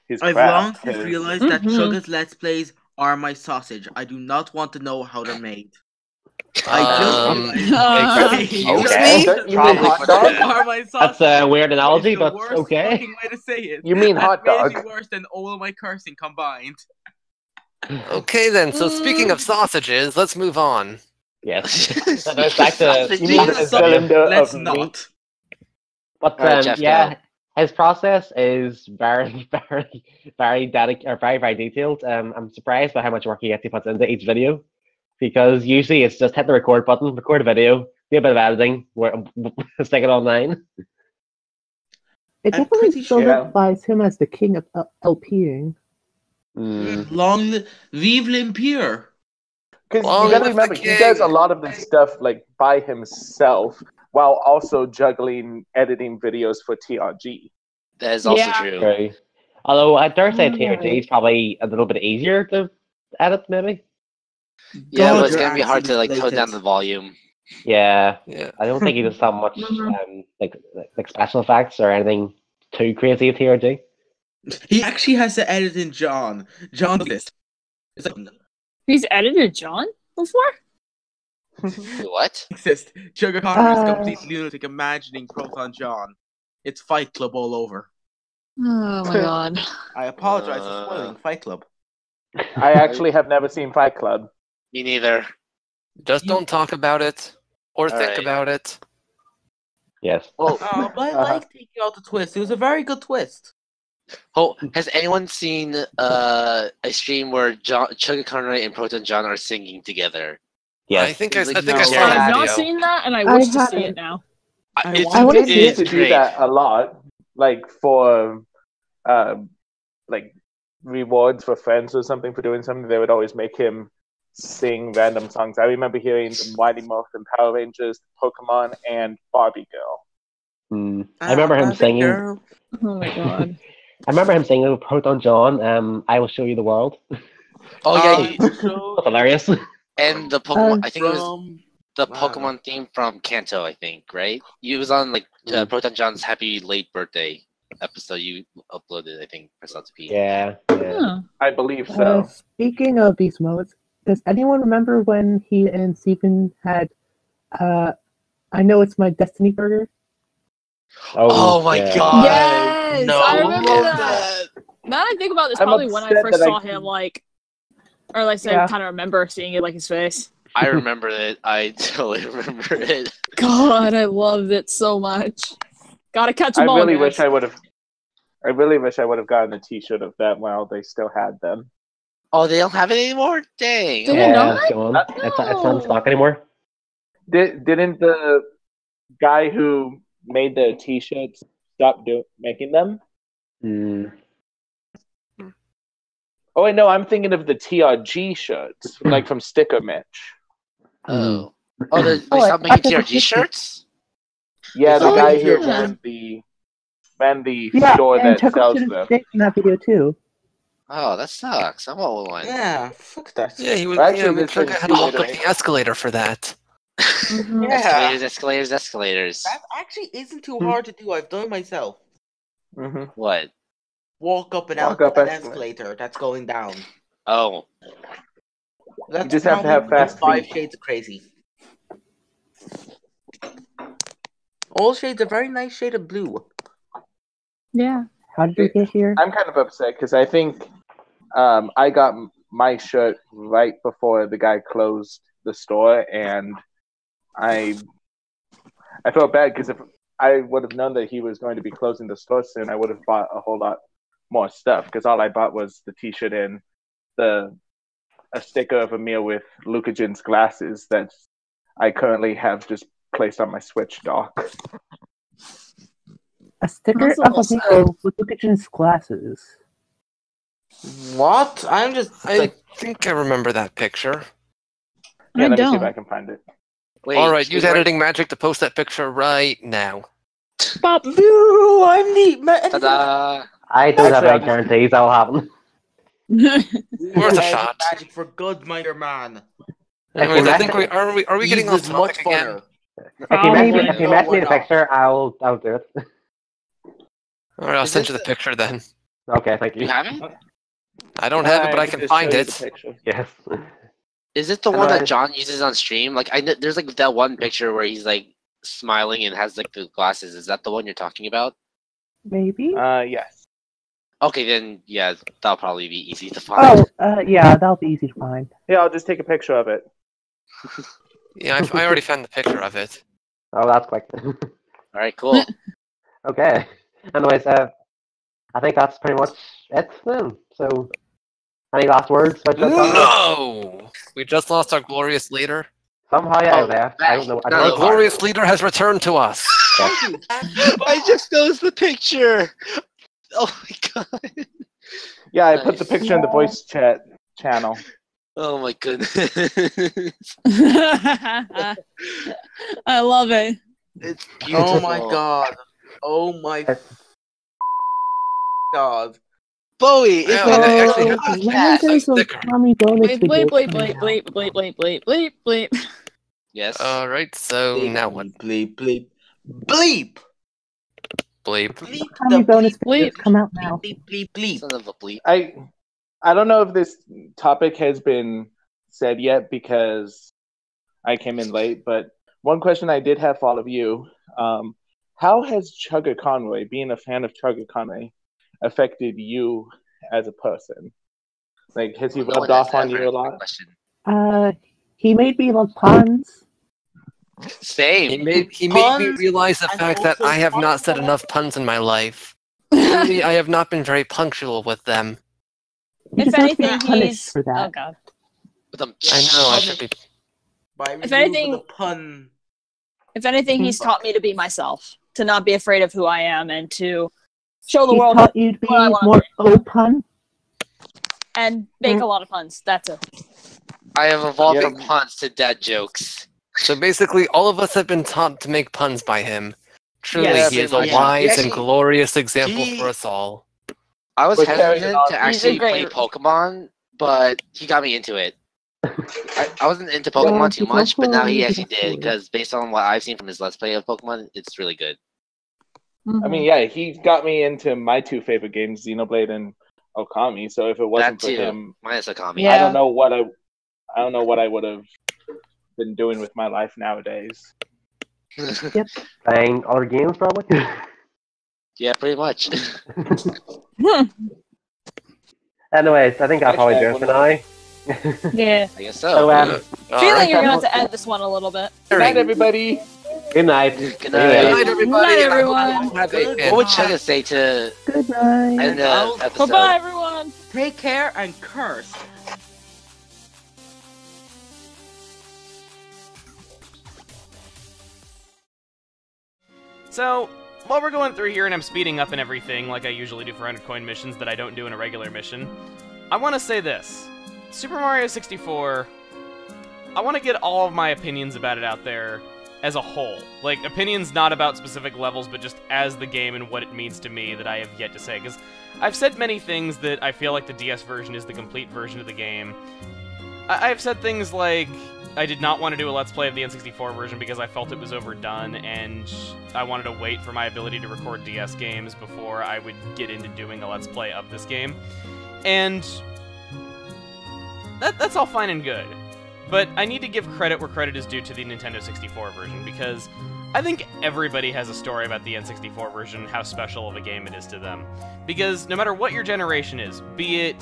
I: his
H: I've long
I: craft.
H: since
I: his-
H: realized that
C: Mhm.
H: Chugga's Let's Plays are my sausage. I do not want to know how they're made. I just
D: Um,
C: Uh,
D: excuse
B: Okay.
D: me.
I: Don't you mean
E: Probably
I: hot
E: for
I: dog?
E: that.
H: are my
B: That's
H: sausage.
E: uh,
B: a weird
H: It's
B: analogy,
H: the
B: but
H: worst
B: okay.
H: fucking way to say it.
I: You mean
H: That
I: hot
H: made
I: dog?
H: it worse than all of my cursing combined.
D: Okay then. So speaking of
C: Mm.
D: sausages, let's move on.
B: Yes. So goes back to
I: You mean a
H: Speaking of
B: his video.
H: sausage,
I: cylinder
H: let's
I: of meat?
H: not.
B: But
E: All right,
B: um,
E: Jeff,
B: yeah, his process is very, very, very dedic- or very, very detailed. Um, I'm surprised by how much work he actually puts into each video, because usually it's just hit the record button, record a video, do a bit of editing, wor- stick it online.
F: It
H: I'm
F: definitely
H: pretty sure-
F: solidifies him as the king of L- LPing.
I: Mm.
H: Mm. Long li- vive l'empire.
I: Because
D: Long
I: you gotta
D: live the
I: remember, he does a
D: king.
I: lot of this stuff like by himself while also juggling editing videos for TRG.
E: That is also
C: Yeah.
E: true.
K: True. Although I dare say TRT
F: Alright.
K: is probably a little bit easier to edit, maybe.
E: Yeah,
H: God,
E: but it's
H: your
E: gonna be hard
H: accent
E: to
H: is
E: like tone down
H: blatant.
E: the volume.
K: Yeah,
D: Yeah.
K: I don't think he does that much
C: Mhm.
K: um, like like special effects or anything too crazy at TRG.
H: He actually has to edit in John. John does this. It's like
C: He's edited John before?
E: Wait, What?
H: exist. Sugar Connery is
F: Uh.
H: completely lunatic, imagining Proton John. It's Fight Club all over.
C: Oh my god.
H: I apologize
E: Uh.
H: for spoiling Fight Club.
I: I actually have never seen Fight Club.
E: Me neither.
D: Just
H: You-
D: don't talk about it or think
E: right.
D: about it.
K: Yes.
E: Well,
H: Oh, but I
I: Uh-huh.
H: like taking out the twist. It was a very good twist.
E: oh, has anyone seen uh, a stream where John, Chugga Conroy and Proton John are singing together?
K: Yes.
D: I think I,
E: He's
D: I
E: like,
D: think I
H: no,
D: saw
H: I
C: I have
D: that
C: not
D: video.
C: seen that, and I
F: I
C: wish to see
F: haven't.
C: it now.
E: I-
H: I
E: it's-
F: I wanna
E: it
F: see
E: is
I: used to do
E: great.
I: that a lot, like for um, like rewards for friends or something for doing something. They would always make him sing random songs. I remember hearing the Mighty Morphin Power Rangers, Pokemon, and Barbie Girl.
K: Mm.
E: Ah,
K: I remember him singing.
C: Oh my god.
K: I remember him singing with Proton John. Um, I will show you the world.
E: Oh yeah, you-
K: That's hilarious.
E: and the Pokemon.
F: Um,
E: I think it was the Pokemon theme from Kanto. I think right. It was on like uh, Proton John's Happy Late Birthday episode you uploaded. I think for Salt P.
K: yeah. yeah.
C: Huh.
I: I believe so.
F: Uh, speaking of these modes, does anyone remember when he and Stephen had? Uh, I know it's my Destiny Burger.
E: Oh my
K: yeah.
E: god!
C: Yes,
J: no.
C: I remember
E: Love
C: that. Now that I think about this,
I: I'm
C: probably when I
I: upset
C: first
I: that I
C: saw him,
I: can-
C: like, or like, so I
F: Yeah.
C: kind of remember seeing it, like his face.
E: I remember it. I totally remember it.
C: God, I loved it so much. Gotta catch
I: I
C: them all.
I: really
C: guys.
I: wish I would have. I really wish I would have gotten a T-shirt of them while they still had them.
E: Oh, they don't have it anymore. Dang.
C: Do
K: Yeah,
C: we not?
K: it's gone.
I: Uh,
K: It's, it's not
C: No.
K: in stock anymore.
I: Did, didn't the guy who made the T-shirts stop do, making them?
K: Mm.
I: Oh wait, no, I'm thinking of the TRG shirts, like from Sticker Mitch.
E: Oh. Oh, they, they
F: Oh, I-
E: stopped
F: I
E: making
F: thought
E: TRG
F: they-
E: shirts?
I: Yeah, the
C: Oh,
I: guy who
C: yeah.
I: ran the ran the
F: Yeah,
I: store
F: and
I: that
F: Tucker
I: sells
F: should
I: them.
F: have stayed in that video too.
E: Oh, that sucks. I want one.
H: Yeah, fuck that.
D: Yeah, he was.
I: Well, actually,
D: yeah,
I: this
D: Chuck
I: is
D: had to hop up
I: later.
D: the escalator for that.
C: Mhm.
H: Yeah.
E: Escalators, escalators, escalators.
H: That actually isn't too hard to do. I've done it myself.
I: hmm
E: What?
H: Walk up and
I: Walk
H: out
I: up
H: an
I: escalator.
H: escalator that's going down.
E: Oh,
H: That's
I: just have to have
H: probably
I: fast
H: Five
I: feet.
H: shades of crazy. All shades a very nice shade of blue.
C: Yeah.
F: How did we get here?
I: I'm kind of upset because I think um, I got m- my shirt right before the guy closed the store, and I I felt bad because if I would have known that he was going to be closing the store soon, I would have bought a whole lot more stuff because all I bought was the T-shirt and the a sticker of a meal with Lucagen's glasses that I currently have just placed on my Switch dock.
F: A sticker
C: That's a
F: of
C: little
F: a
C: sad.
F: video with Lucagen's glasses.
H: What? I'm just
D: I think I remember that picture.
I: Yeah,
C: I
I: let me see if
C: don't.
I: I can find it.
E: wait.
D: All right, use
E: wait,
D: editing magic to post that picture right now.
C: Bop.
H: blue. I'm the ma-
E: Ta-da!
K: I don't
I: Actually, I'll
K: have any
I: just-
K: guarantees that'll happen.
D: Worth a
H: Magic,
D: shot.
H: Magic for good, Mighter Man.
D: Anyways, I
K: Imagine-
D: think we are we are we getting
H: Eve
D: off
H: is much
D: topic again?
H: funner.
K: If you
C: Probably.
K: message, if you
H: No,
K: message me
H: we're
K: the
H: not.
K: picture, I'll I'll do it.
D: All right, I'll
H: Is
D: send
H: this
D: you the
H: the-
D: picture then.
K: Okay, thank
E: You
K: you.
E: have it?
D: I don't have it, but I can
I: just
D: find
I: showed you
D: it.
I: the picture.
K: Yes.
E: Is it the
I: Can
E: one
I: I-
E: that John uses on stream? Like, I know there's like that one picture where he's like smiling and has like the glasses. Is that the one you're talking about?
F: Maybe.
I: Uh, yes.
E: Okay, then yeah, that'll probably be easy to find.
F: Oh, uh, yeah, that'll be easy to find.
I: Yeah, I'll just take a picture of it.
D: Yeah, I, I already found the picture of it.
K: Oh, that's quick.
E: All right, cool.
K: okay. Anyways, uh, I think that's pretty much it then. So, any last words? about Joe Conroy?
D: No, we just lost our glorious leader.
K: Somehow I
E: Oh,
K: left. I don't know. I
E: no,
K: don't
D: Our
K: know.
E: no.
D: glorious leader has returned to us.
E: I just knows the picture. Oh my god.
I: Yeah, I put the picture in the voice chat channel.
E: Oh my goodness.
C: I love it.
E: It's beautiful.
H: Oh my god. Oh my god.
E: Bowie, is
D: Yeah, and I actually
F: Oh,
D: have
E: a
F: when are
E: podcast
F: those like
D: sticker.
F: Tommy Bonus
C: Bleep, bleep,
F: videos
C: bleep,
F: coming
C: bleep,
F: out?
C: bleep, bleep, bleep, bleep, bleep, bleep.
E: Yes.
D: All right, so now what?
H: Bleep, bleep, bleep.
D: Bleep.
H: Bleep.
F: Tommy
H: the
F: Bonus
C: bleep.
F: videos come out now.
H: Bleep, bleep, bleep.
E: Son of a bleep.
I: I I don't know if this topic has been said yet because I came in late, but one question I did have for all of you: um, How has Chugga Conway, being a fan of Chugga Conway, affected you as a person? Like, has he
E: No
I: rubbed
E: one has
I: off on
E: ever
I: you a
E: asked that
I: lot?
E: Question.
F: Uh, he made me love puns.
D: He
E: Same.
D: made he made me
H: Puns
D: realize the
H: and
D: fact that
H: also
D: I have not said
H: punctual.
D: enough puns in my life. Truly, I have not been very punctual with them.
F: He
C: if
F: deserves to be
C: anything,
F: punished
C: he's.
F: for that.
C: Oh, God.
E: With a
D: I know I should be.
H: By if
C: anything-
H: the pun.
C: If anything, he's taught me to be myself, to not be afraid of who I am, and to show the
F: He's
C: world
F: taught you to
C: what I
F: be
C: wanna
F: more open.
C: and make a lot of puns. That's it.
E: I have evolved
I: Yep.
E: from puns to dad jokes.
D: So basically, all of us have been taught to make puns by him. Truly,
C: Yes.
D: he is a
E: Pretty
H: much.
D: wise
E: He
D: and
E: actually-
D: glorious example
E: he-
D: for us all.
E: I was
I: Which carries
E: hesitant
I: it on.
E: to
C: He's a
E: actually play
C: great-
E: Pokemon, but he got me into it. I, I wasn't into Pokemon
F: Well,
E: too
F: he's
E: much, but now
F: also
E: he
F: a
E: actually did
F: little
E: because based on what I've seen from his Let's Play of Pokemon, it's really good.
I: I
F: Mm-hmm.
I: mean, yeah, he got me into my two favorite games, Xenoblade and Okami. So if it wasn't
E: That
I: for
E: too.
I: him,
E: Minus Akami.
C: Yeah.
I: I don't know what I, I don't know what I would have been doing with my life nowadays.
B: Playing other games, probably.
E: Yeah, pretty much.
C: Mhm.
B: Anyways, I think I'll probably do
I: Hashtag
B: it for now.
C: yeah.
E: I guess
B: So,
E: so.
B: um,
D: All
C: Feeling
D: right.
C: you're gonna have to add this one a little bit.
I: Good
D: Harry,
I: night, everybody.
B: good night.
E: Good
D: Good
E: night.
D: night, everybody.
C: Night,
D: I hope you
C: everyone.
D: all have a
H: Good
E: What would
D: fantastic
E: Chugga say to
F: Good night.
E: end the
C: Bye
E: episode?
C: bye, everyone.
H: Take care and curse.
L: So, while we're going through here and I'm speeding up and everything, like I usually do for 100 coin missions that I don't do in a regular mission, I want to say this Super Mario 64, I want to get all of my opinions about it out there as a whole. Like, opinions not about specific levels, but just as the game and what it means to me that I have yet to say. Because I've said many things that I feel like the DS version is the complete version of the game. I- I've said things like I did not want to do a Let's Play of the N64 version because I felt it was overdone, and I wanted to wait for my ability to record DS games before I would get into doing a Let's Play of this game. And that, that's all fine and good. But I need to give credit where credit is due to the Nintendo 64 version because I think everybody has a story about the N64 version and how special of a game it is to them. Because no matter what your generation is, be it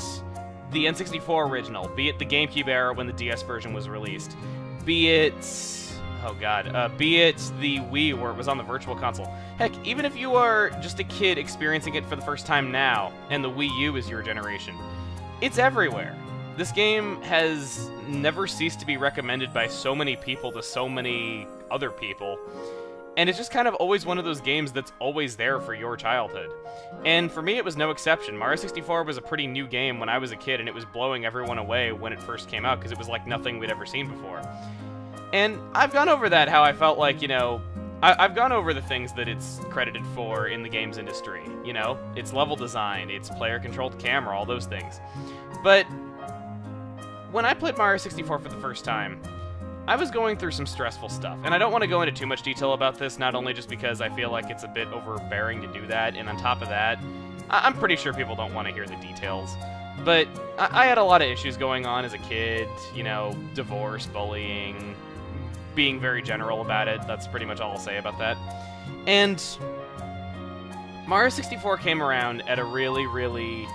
L: the N64 original, be it the GameCube era when the DS version was released, be it oh god, uh, be it the Wii where it was on the Virtual Console. Heck, even if you are just a kid experiencing it for the first time now, and the Wii U is your generation, it's everywhere. This game has never ceased to be recommended by so many people to so many other people. And it's just kind of always one of those games that's always there for your childhood. And for me, it was no exception. Mario 64 was a pretty new game when I was a kid, and it was blowing everyone away when it first came out because it was like nothing we'd ever seen before. And I've gone over that, how I felt like, you know, I- I've gone over the things that it's credited for in the games industry. You know, its level design, its player controlled camera, all those things. But when I played Mario 64 for the first time, I was going through some stressful stuff, and I don't want to go into too much detail about this, not only just because I feel like it's a bit overbearing to do that, and on top of that, I- I'm pretty sure people don't want to hear the details. But I, I had a lot of issues going on as a kid, you know, divorce, bullying, being very general about it. That's pretty much all I'll say about that. And Mario 64 came around at a really, really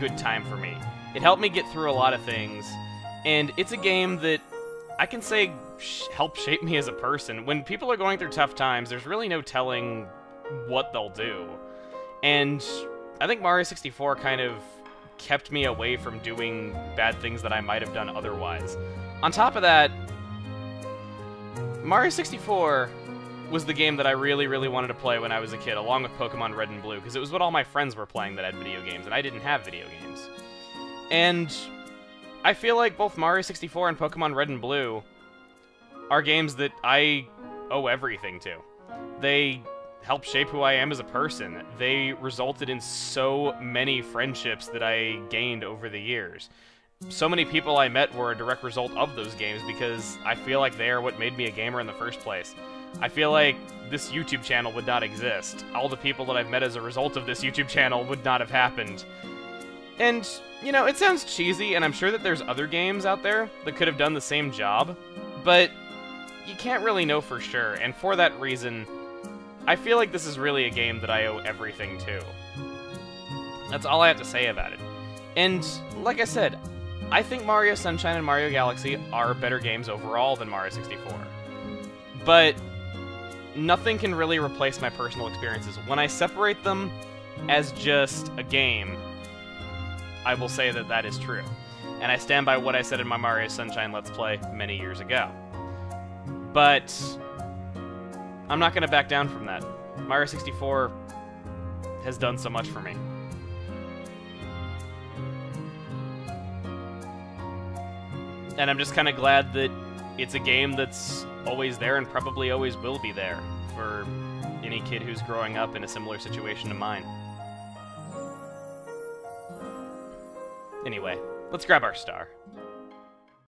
L: good time for me. It helped me get through a lot of things, and it's a game that I can say sh- helped shape me as a person. When people are going through tough times, there's really no telling what they'll do. And I think Mario 64 kind of kept me away from doing bad things that I might have done otherwise. On top of that, Mario 64 was the game that I really, really wanted to play when I was a kid, along with Pokemon Red and Blue, because it was what all my friends were playing that had video games, and I didn't have video games. And I feel like both Mario 64 and Pokemon Red and Blue are games that I owe everything to. They helped shape who I am as a person. They resulted in so many friendships that I gained over the years. So many people I met were a direct result of those games because I feel like they are what made me a gamer in the first place. I feel like this YouTube channel would not exist. All the people that I've met as a result of this YouTube channel would not have happened. And, you know, it sounds cheesy, and I'm sure that there's other games out there that could have done the same job, but you can't really know for sure, and for that reason, I feel like this is really a game that I owe everything to. That's all I have to say about it. And, like I said, I think Mario Sunshine and Mario Galaxy are better games overall than Mario 64. But nothing can really replace my personal experiences. When I separate them as just a game, I will say that that is true. And I stand by what I said in my Mario Sunshine Let's Play many years ago. But I'm not going to back down from that. Mario 64 has done so much for me. And I'm just kind of glad that it's a game that's always there and probably always will be there for any kid who's growing up in a similar situation to mine. Anyway, let's grab our star.